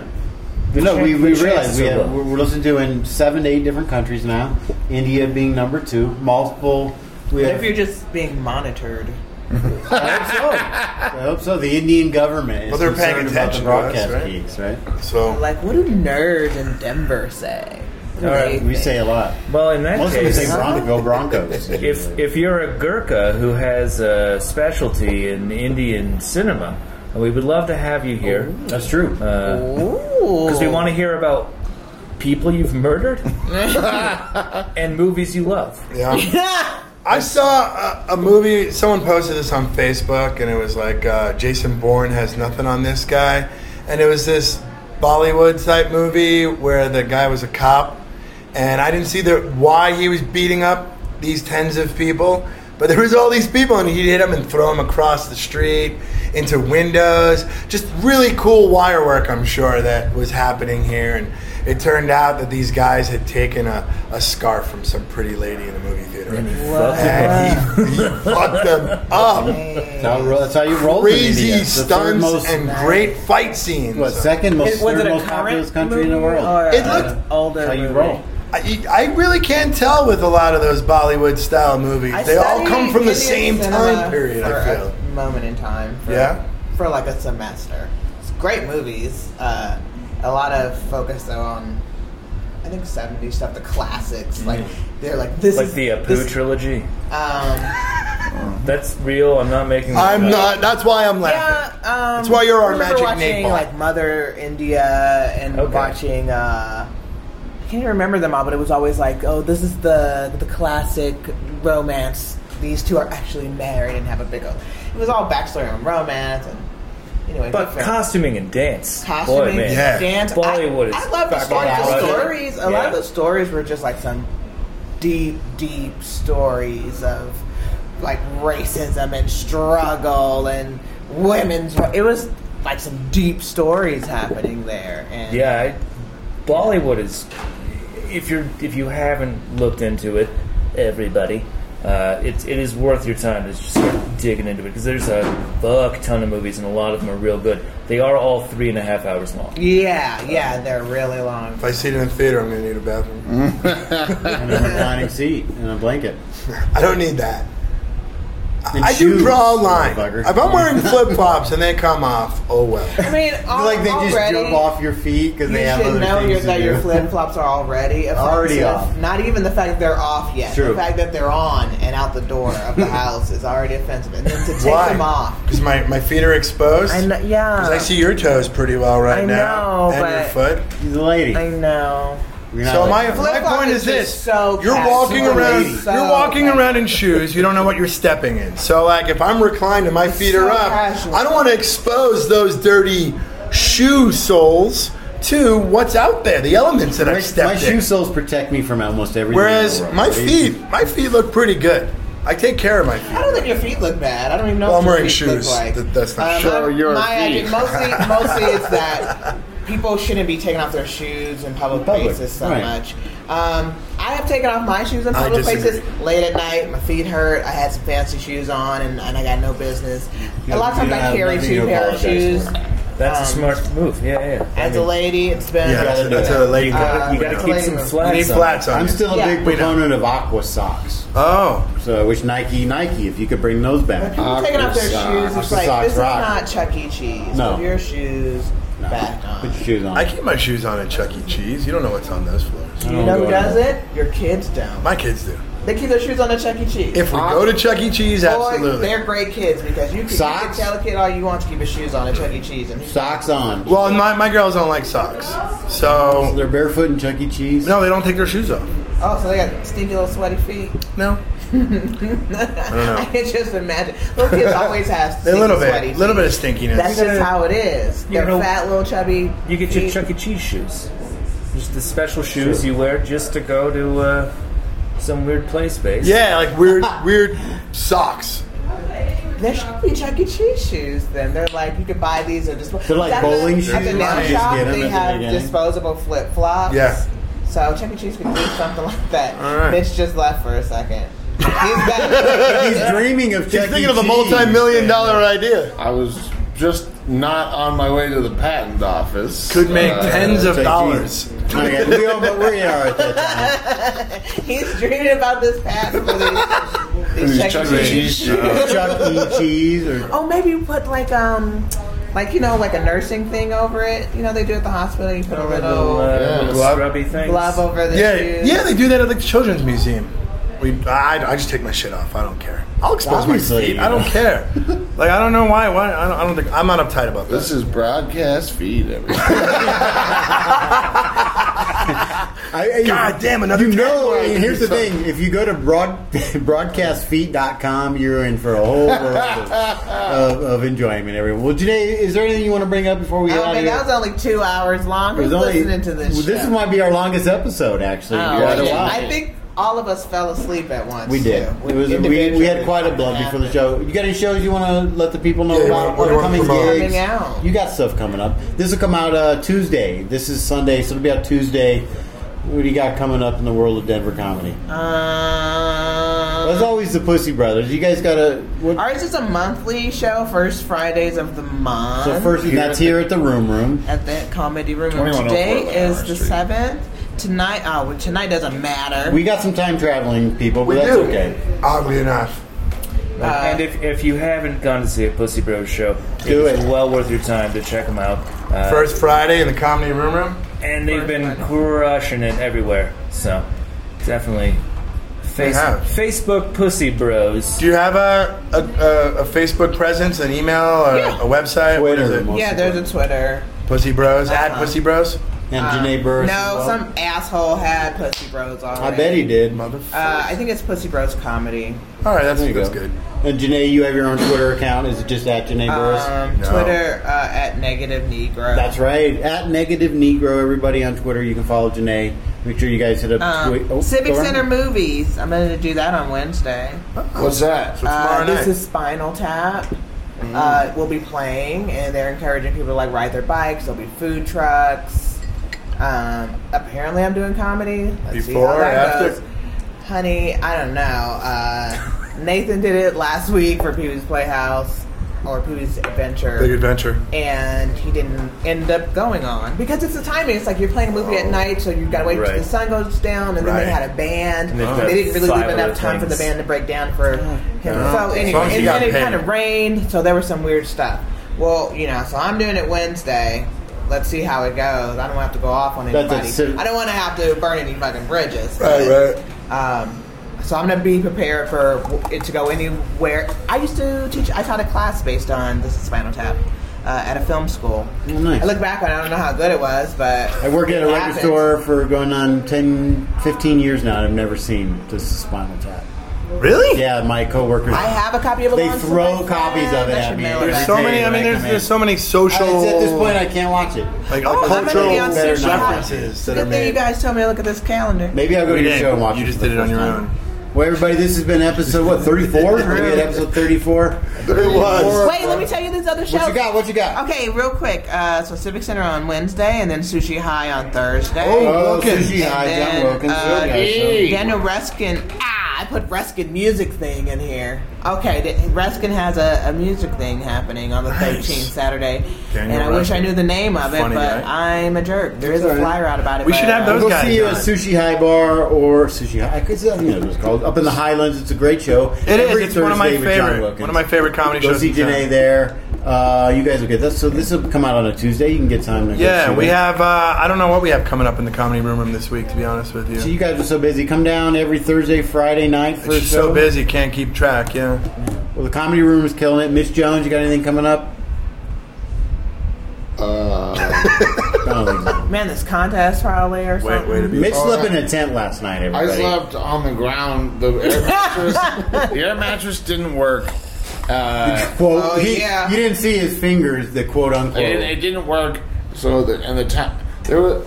J: no, we, we
F: chances
J: realize we
F: are
J: have,
F: low.
J: we're we're listened to in seven to eight different countries now. India being number two, multiple. We
G: If
J: have,
G: you're just being monitored,
J: I hope so. The Indian government is
H: Well, they're paying
J: concerned about the
H: attention to us,
J: broadcast
H: right?
J: geeks, right?
H: So
G: like what do nerds in Denver say? What do
F: All
G: they
F: right,
J: We
G: think?
J: say a lot.
F: Well, in that
J: Most of us
F: case,
J: say Bronco, go Broncos.
F: if if you're a Gurkha who has a specialty in Indian cinema, we would love to have you here.
J: Oh, That's true.
F: Uh,
G: Ooh.
F: Because we want to hear about people you've murdered and movies you love.
H: yeah. I saw a, a movie. Someone posted this on Facebook, and it was like uh, Jason Bourne has nothing on this guy, and it was this Bollywood type movie where the guy was a cop, and I didn't see the why he was beating up these tens of people, but there was all these people, and he'd hit them and throw them across the street into windows. Just really cool wire work, I'm sure that was happening here, and. It turned out that these guys had taken a, a scarf from some pretty lady in a movie theater. And he, he fucked them up.
J: that's, how, ro- that's how you roll. in India.
H: Crazy
J: It's the third
H: stunts
J: most-
H: and great fight scenes.
J: What second most,
G: was
J: third
G: it a
J: most populous
G: current
J: country in the
G: movie
J: world?
G: or
H: It
G: a
H: looked-
G: older?
J: That's how you
G: movie?
J: roll.
H: I, I really can't tell with a lot of those Bollywood style movies.
G: I
H: they all
G: studied
H: come from the
G: Indian
H: same
G: cinema
H: time period.
G: For
H: I feel.
G: a moment in time. For,
H: Yeah?
G: For like a semester. It's great movies. Uh, a lot of focus though on, I think seventy stuff, the classics. Like
H: Mm.
G: they're like this
F: Like
G: is
F: the uh, Apu
G: this-
F: trilogy.
G: Um,
F: That's real. I'm not making. that
H: I'm
F: up.
H: not. That's why I'm
G: yeah.
H: laughing.
G: Um,
H: That's why you're our
G: I remember
H: magic
G: watching
H: Nate Ball.
G: like Mother India and
F: Okay.
G: watching. Uh, I can't even remember them all, but it was always like, oh, this is the the classic romance. These two are actually married and have a big old. It was all backstory on romance and anyway.
F: But
G: different
F: costuming and dance. Boy,
G: costuming,
F: man.
H: Yeah.
G: dance.
F: Bollywood is
G: I, I love the
F: fucking
G: stories. The
F: awesome.
G: stories. A lot
F: Yeah.
G: of the stories were just like some deep, deep stories of like racism and struggle and women's. It was like some deep stories happening there. And
F: Yeah, I, Bollywood is. If you're if you haven't looked into it, everybody, uh, it's it is worth your time to just start digging into it because there's a fuck ton of movies and a lot of them are real good. They are all three and a half hours long.
G: yeah, yeah, they're really long.
H: If I see it in the theater, I'm gonna need a bathroom.
J: and a reclining seat and a blanket.
H: I don't need that. I,
J: And
H: I do
J: shoes,
H: draw a line.
J: motherfucker.
H: If I'm wearing flip flops and they come off, oh well.
G: I mean,
J: Feel like they just
G: already-
J: jump off your feet because
G: You
J: they have
G: should
J: other
G: know
J: things
G: your,
J: to
G: that
J: do.
G: your flip flops are already offensive.
J: Already off.
G: Not even the fact that they're off yet.
J: True.
G: The fact that they're on and out the door of the house is already offensive. And then to take
H: Why?
G: them off.
H: Because my, my feet are exposed.
G: I know, yeah.
H: 'Cause I see your toes pretty well right
G: I
H: now.
G: know,
H: and your
G: but-
H: foot.
J: She's a lady.
G: I know.
H: So my, my
G: Flip-flop
H: point
G: is
H: is this:
G: just so
H: you're
G: casual.
H: walking around,
G: So
H: you're walking
G: casual.
H: around in shoes. You don't know what you're stepping in. So like, if I'm reclined and my feet
G: so
H: are up,
G: casual.
H: I don't want to expose those dirty shoe soles to what's out there, the elements that
J: my,
H: I've stepped
J: my
H: in.
J: shoe soles protect me from almost everything.
H: Whereas
J: in the world.
H: my
J: They-
H: feet, my feet look pretty good. I take care of my feet.
G: I don't think your feet look bad. I don't even know.
H: Well,
G: what
H: I'm
G: your
H: wearing
G: feet look
H: shoes.
G: Like.
H: That- that's not
G: Um,
H: true.
G: I'm-
J: your
G: my
J: feet.
G: idea- mostly, mostly it's that people shouldn't be taking off their shoes in public,
J: public,
G: places so
J: right.
G: much. Um, I have taken off my shoes in
H: I
G: public places
H: disagree.
G: late at night. My feet hurt. I had some fancy shoes on, and, and I got no business. a lot of times
J: You don't
G: I
J: have
G: carry
J: nothing to
G: two pair of
J: apologize
G: shoes.
J: for.
F: That's
G: Um,
F: a smart move. Yeah, yeah. I
G: As a
F: mean,
G: lady, it's been
H: yeah, that's, that's a lady.
G: Uh,
F: you gotta keep some
G: You need
H: you
F: flats.
H: need
F: on.
H: flats on.
J: I'm
H: you.
J: still a
G: Yeah.
J: big proponent of aqua socks.
H: Oh,
J: So I wish Nike, Nike, if you could bring those back.
G: People taking off their shoes, it's
J: Aqua
G: like
J: socks
G: this is
J: rock.
G: not Chuck E. Cheese.
J: No.
G: Put your shoes back on.
J: Put your shoes on.
H: I keep my shoes on at Chuck E. Cheese. You don't know what's on those floors.
G: You know who does it? Your kids don't.
H: My kids do.
G: They keep their shoes on at Chuck E. Cheese.
H: If we go to Chuck E. Cheese,
G: Boy,
H: absolutely.
G: they're great kids because you can, you can
J: Socks?
G: tell a kid all you want to keep his shoes on at Chuck E. Cheese. And
J: Socks on.
H: Well, and my, my girls don't like socks.
J: So
H: So,
J: they're barefoot and Chuck E. Cheese.
H: no, they don't take their shoes off.
G: oh, so they got stinky little sweaty feet.
H: No.
G: I,
H: know.
G: can just imagine. Little kids always have
H: A
G: stinky,
H: little
G: sweaty
H: bit.
G: feet.
H: A little bit of stinkiness.
G: That's
F: You
G: just
F: gotta-
G: how it is.
F: you
G: They're
F: know-
G: fat, little chubby.
F: You get your
G: feet.
F: Chuck E. Cheese shoes. Just the special shoes you wear just to go to uh, some weird play space.
H: yeah, like weird, weird socks.
G: There should be Chuck E. Cheese shoes. Then they're like you could buy these or just.
J: They're like
G: At the-
J: bowling
G: At the
J: shoes. You
G: nail
J: just
G: shop,
J: get 'em at
G: they
J: the
G: have
J: beginning.
G: disposable flip flops.
H: Yeah.
G: So Chuck E. Cheese could do something like that.
H: All right.
G: Mitch just left for a second. He's back.
J: He's dreaming of
H: He's
J: Chuck E.
H: thinking of a
J: Cheese.
H: multi-million dollar idea.
I: I was just not on my way to the patent office.
H: Could make
I: Uh,
H: tens of
J: Chuck E.
H: dollars.
J: Oh, yeah, we all, but we are at that time.
G: He's dreaming about this pass for these, these
I: these
G: Chuck,
I: Chuck
G: E.
I: E.
G: Cheese.
I: Cheese shoes.
J: Chuck E. Cheese or
G: Oh, maybe you put like um, like you know, like a nursing thing over it. You know, they do at the hospital. You put a
J: Oh,
F: Little, uh,
G: little
F: little
H: Glove.
F: scrubby things.
G: glove over the
H: Yeah,
G: shoes.
H: yeah, they do that at like the children's museum. We, I, I just take my shit off. I don't care. I'll expose my
J: Obviously.
H: feet. I don't care. Like I don't know why. Why I don't, I don't think I'm not uptight about this.
I: This is broadcast feed. Everybody.
J: I, I-
H: God damn, another
J: You know,
H: tabloid.
J: and here's the thing: if you go to broad, broadcastfeed.com, you're in for a whole world of, of, of enjoyment. Everyone. Well, today, is there anything you want to bring up before we? get out
G: I
J: of
G: mean,
J: here?
G: Oh, that was only two hours long.
J: It
G: Who's
J: was only-
G: listening to this?
J: Well, this
G: show?
J: might be our longest episode, actually.
G: Oh,
J: Quite a
G: yeah.
J: while.
G: I think all of us fell asleep at once.
J: we did.
G: too.
J: It was, we, we
G: Individually.
J: had quite a blood before the show. You got any shows you want to let the people know
H: Yeah,
J: about?
H: what- what-
J: Upcoming
H: what-
J: gigs?
G: Coming out.
J: You got stuff coming up. This will come out uh, Tuesday. This is Sunday, so it'll be out Tuesday. What do you got coming up in the world of Denver comedy? As
G: Um,
J: always, the Pussy Brothers. You guys got a what?
G: ours is a monthly show, first Fridays of the month.
J: So first, that's here at the Room Room.
G: at the comedy room.
I: 2104
G: Today
I: Lennar
G: is the
I: Street.
G: seventh. Tonight, oh, well, tonight doesn't matter.
J: We got some time traveling people, but that's okay.
H: Oddly enough,
F: and if, if you haven't gone to see a Pussy Bros show,
J: Do
F: it's
J: it.
F: well worth your time to check them out. Uh,
H: first Friday in the comedy room room.
F: and they've been
G: First
F: crushing it everywhere. So definitely, face,
H: have.
F: Facebook Pussy Bros.
H: Do you have a a, a, a Facebook presence, an email, a,
G: Yeah.
H: a website? What is
J: Twitter,
H: it?
J: most
G: yeah, there's a Twitter.
H: Pussy Bros at
G: Uh-huh.
H: Pussy Bros.
J: And Janae Burris.
G: Uh, No,
J: as well.
G: some asshole had Pussy Bros
J: I
G: already.
J: bet he did.
H: Motherfucker.
G: Uh, I think it's Pussy Bros comedy.
H: All right, that's
J: There you
H: that's
J: go.
H: good.
J: And Janae, you have your own Twitter account. Is it just at Janae Burris?
G: Um,
H: No.
G: Twitter uh, at negative negro.
J: That's right. At Negative Negro, everybody on Twitter, you can follow Janae. Make sure you guys hit up
G: Um,
J: Twi- oh,
G: Civic
J: go on.
G: Center movies. I'm going to do that on Wednesday.
I: What's that?
G: Uh,
H: Tomorrow
G: this
H: night. Mm.
G: is Spinal Tap. Uh, we'll be playing, and they're encouraging people to like ride their bikes. There'll be food trucks. Um, apparently, I'm doing comedy. Let's see how
H: Before or
G: that
H: after?
G: goes. Honey, I don't know. Uh, Nathan did it last week for Pee Wee's Playhouse. or Pee Wee's Adventure.
H: Big Adventure.
G: And he didn't end up going on because it's the timing. It's like you're playing a movie at night, so you've got to wait until
H: Oh. Right.
G: the sun goes down, and then
H: Right.
G: they had a band.
H: And they've got
G: They didn't really
H: five
G: leave enough
H: other
G: time for the
H: things.
G: band to break down for him.
H: Yeah.
G: So
H: As
G: anyway,
H: long as you
G: and
H: got
G: then it
H: paid.
G: kind of rained, so there was some weird stuff. Well, you know, so I'm doing it Wednesday. Let's see how it goes. I don't have to go off on
J: That's a
G: anybody.
J: sim-
G: I don't want to have to burn any fucking bridges.
J: Right,
G: right. Um, so I'm gonna be prepared for it to go anywhere. I used to teach. I taught a class based on this is Spinal Tap uh, at a film school. I look back on. it, I don't know how good it was, but
J: Oh, I worked at a
G: it
J: record
G: happened.
J: store for going on 10, 15 years now, and I've never seen this Spinal Tap.
H: Really?
J: Yeah, my coworkers.
G: I have a copy of it.
J: They throw copies of it at me.
H: There's so many. I mean, there's, there's so many social.
J: It's at this point, I can't watch it.
H: Like
J: Oh, I'm gonna
H: cultural
J: be on social
H: references that are
G: Good thing you
H: made.
G: guys told me to look at this calendar.
J: Maybe I'll go to
H: We
J: your
H: didn't.
J: show and watch
H: You
J: it.
H: just
J: for the
H: did it on
J: first
H: your
J: time. Well, everybody, this has been episode, what, 34? We're at episode 34.
G: Wait, let me tell you this other show. What you got?
J: What you got?
G: Okay, real quick. Uh, so Civic Center on Wednesday, and then Sushi High on Thursday.
J: Oh, Wilkins. Sushi High, John
G: then,
J: Wilkins.
G: uh,
J: Okay, so-
G: Daniel Ruskin. Ah, I put Ruskin music thing in here. Okay, th- Ruskin has a, a music thing happening on the 13th Saturday,
J: Daniel
G: and I wish I
J: Ruskin.
G: knew the name of it,
J: Funny
G: but I'm a jerk. There is a
J: Sorry.
G: flyer out about it. but, uh,
J: We'll see you at Sushi High Bar or Sushi High. I guess I don't know what it's called. Up in the Highlands. It's a great show.
H: It is.
J: Every
H: It's one of my
J: Thursday with John
H: favorite-
J: Wilkins.
H: one of my favorite comedy
J: Go
H: shows
J: see
H: in town.
J: Janae there. Uh, you guys will get this. So this will come out on a Tuesday. You can get time to go
H: Yeah,
J: see
H: we
J: it.
H: have. Uh, I don't know what we have coming up in the comedy room room this week. To be honest with you,
J: So you guys are so busy. Come down every Thursday, Friday night for
H: It's
J: a
H: just
J: show.
H: so busy, can't keep track. Yeah.
J: Well, the comedy room is killing it. Miss Jones, you got anything coming up? Uh, I don't think so.
G: man, this contest probably or something.
J: Mitch slept in a tent last night.
I: I
J: Everybody.
I: slept on the ground. The air mattress, the air mattress didn't work. Uh,
J: Quote, he- You didn't see his fingers. The quote unquote.
I: It, didn't- it didn't work. So the, and the time there was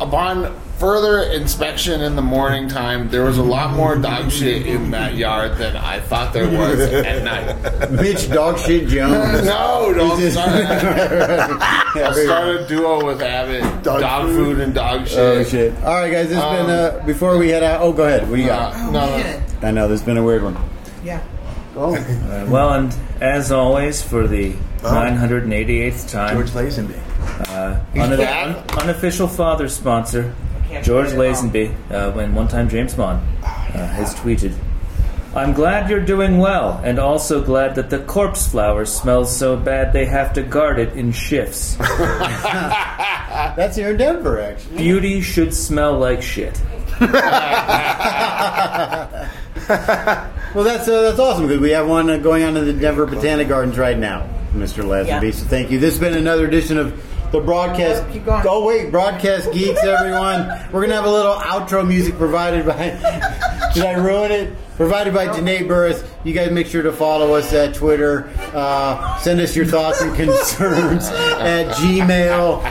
I: upon further inspection in the morning time, there was a lot more dog shit in that yard than I thought there was at night.
J: Mitch dog shit Jones.
I: no,
J: He
I: don't
J: just-
I: start. I started a duo with Abbott. Dog, food. and dog shit. Um,
J: Oh shit! All right, guys. This has been uh, before we head out. Oh, go ahead. What do you got?
I: Uh, no, no.
J: I know this has been a weird one.
G: Yeah.
J: Oh.
F: All right, well, and as always, for the 988th time,
H: George Lazenby,
F: uh,
H: He's
F: uno-
H: back.
F: un- unofficial father sponsor,
H: can't
F: George
H: play it Oh,
F: Lazenby, uh, when one time James Bond uh, has tweeted, "I'm glad you're doing well, and also glad that the corpse flower smells so bad they have to guard it in shifts.
J: That's here in Denver, actually.
F: Beauty should smell like shit."
J: Well, that's uh, that's awesome. Good. We have one uh, going on in the Denver Botanic Gardens right now, Mr. Lazenby.
K: Yeah.
J: So thank you. This has been another edition of the broadcast.
K: Keep going.
J: Oh wait, broadcast geeks, everyone. We're gonna have a little outro music provided by. Did I ruin it? Provided by Janae Burris. You guys make sure to follow us at Twitter. Uh, send us your thoughts and concerns at Gmail.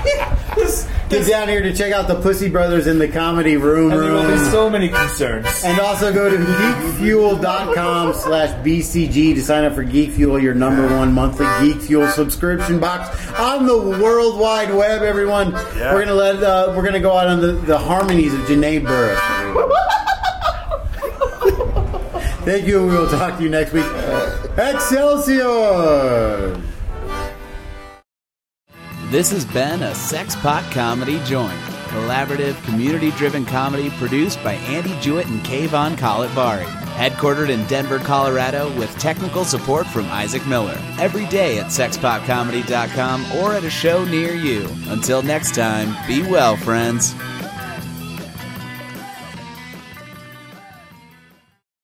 J: Get down here to check out the Pussy Brothers in the comedy room.
F: And there will be
J: room.
F: so many concerns.
J: And also go to geekfuel.com slash BCG to sign up for Geek Fuel, your number one monthly Geek Fuel subscription box on the World Wide Web, everyone. We're gonna let uh, we're gonna go out on the, the harmonies of Janae Burris. everyone. Thank you, and we will talk to you next week. Excelsior!
A: This has been a Sex Pot Comedy Joint, collaborative, community driven comedy produced by Andy Jewett and Kayvon Kalatvari. Headquartered in Denver, Colorado, with technical support from Isaac Miller. Every day at sexpotcomedy.com or at a show near you. Until next time, be well, friends.